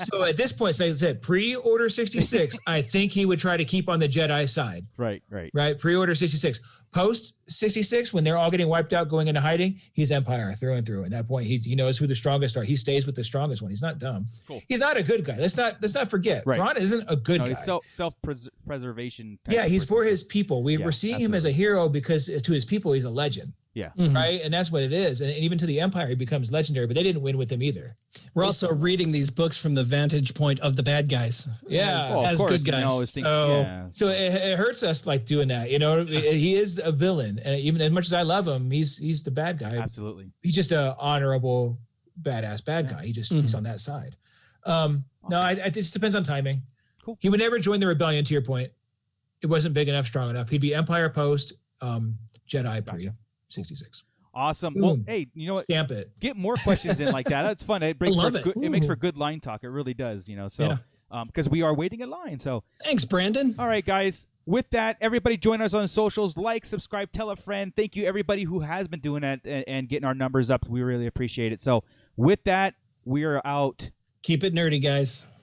Speaker 3: so at this point, like I said, pre-order 66, I think he would try to keep on the Jedi side,
Speaker 7: Right, right.
Speaker 3: right? Pre-order 66. Post 66, when they're all getting wiped out, going into hiding, he's Empire through and through. At that point, he, he knows who the strongest are. He stays with the strongest one. He's not dumb.
Speaker 7: Cool.
Speaker 3: He's not a good guy. Let's not let's not forget.
Speaker 7: Right.
Speaker 3: Thrawn isn't a good
Speaker 7: No,
Speaker 3: guy.
Speaker 7: he's self self preservation.
Speaker 3: yeah, he's for his people. We,
Speaker 7: Yeah,
Speaker 3: we're seeing him as a
Speaker 7: absolutely.
Speaker 3: hero because uh, to his people, he's a legend.
Speaker 7: Yeah.
Speaker 8: Mhm.
Speaker 3: right? And that's what it is. And, and even to the Empire, he becomes legendary, but they didn't win with him either.
Speaker 8: We're also reading these books from the vantage point of the bad guys.
Speaker 3: Yeah.
Speaker 8: As,
Speaker 7: Oh,
Speaker 3: Well,
Speaker 8: as good
Speaker 7: you know, I
Speaker 8: guys.
Speaker 7: always think-
Speaker 8: so,
Speaker 7: yeah.
Speaker 3: So eh, it, it hurts us like doing that, you know. He is a villain, and even as much as I love him, he's he's the bad guy.
Speaker 7: absolutely.
Speaker 3: he's just a honorable badass bad guy. He just he's
Speaker 8: Mm-hmm.
Speaker 3: on that side. Um, No, I, I, it just depends on timing.
Speaker 7: Cool.
Speaker 3: He would never join the rebellion. To your point, it wasn't big enough, strong enough. He'd be Empire post, um, Jedi pre sixty six.
Speaker 7: Awesome. Well,
Speaker 3: Boom.
Speaker 7: hey, you know what?
Speaker 3: Stamp it.
Speaker 7: Get more questions in like that. That's fun. It brings
Speaker 8: love
Speaker 7: for
Speaker 8: it.
Speaker 7: Good, it makes
Speaker 8: Ooh.
Speaker 7: for good line talk. It really does. You know. So.
Speaker 8: Yeah.
Speaker 7: Um, because we are waiting in line. So,
Speaker 8: Thanks, Brandon.
Speaker 7: all right, guys. With that, everybody join us on socials. Like, subscribe, tell a friend. Thank you, everybody who has been doing that and, and getting our numbers up. We really appreciate it. So, with that, we are out.
Speaker 8: Keep it nerdy, guys.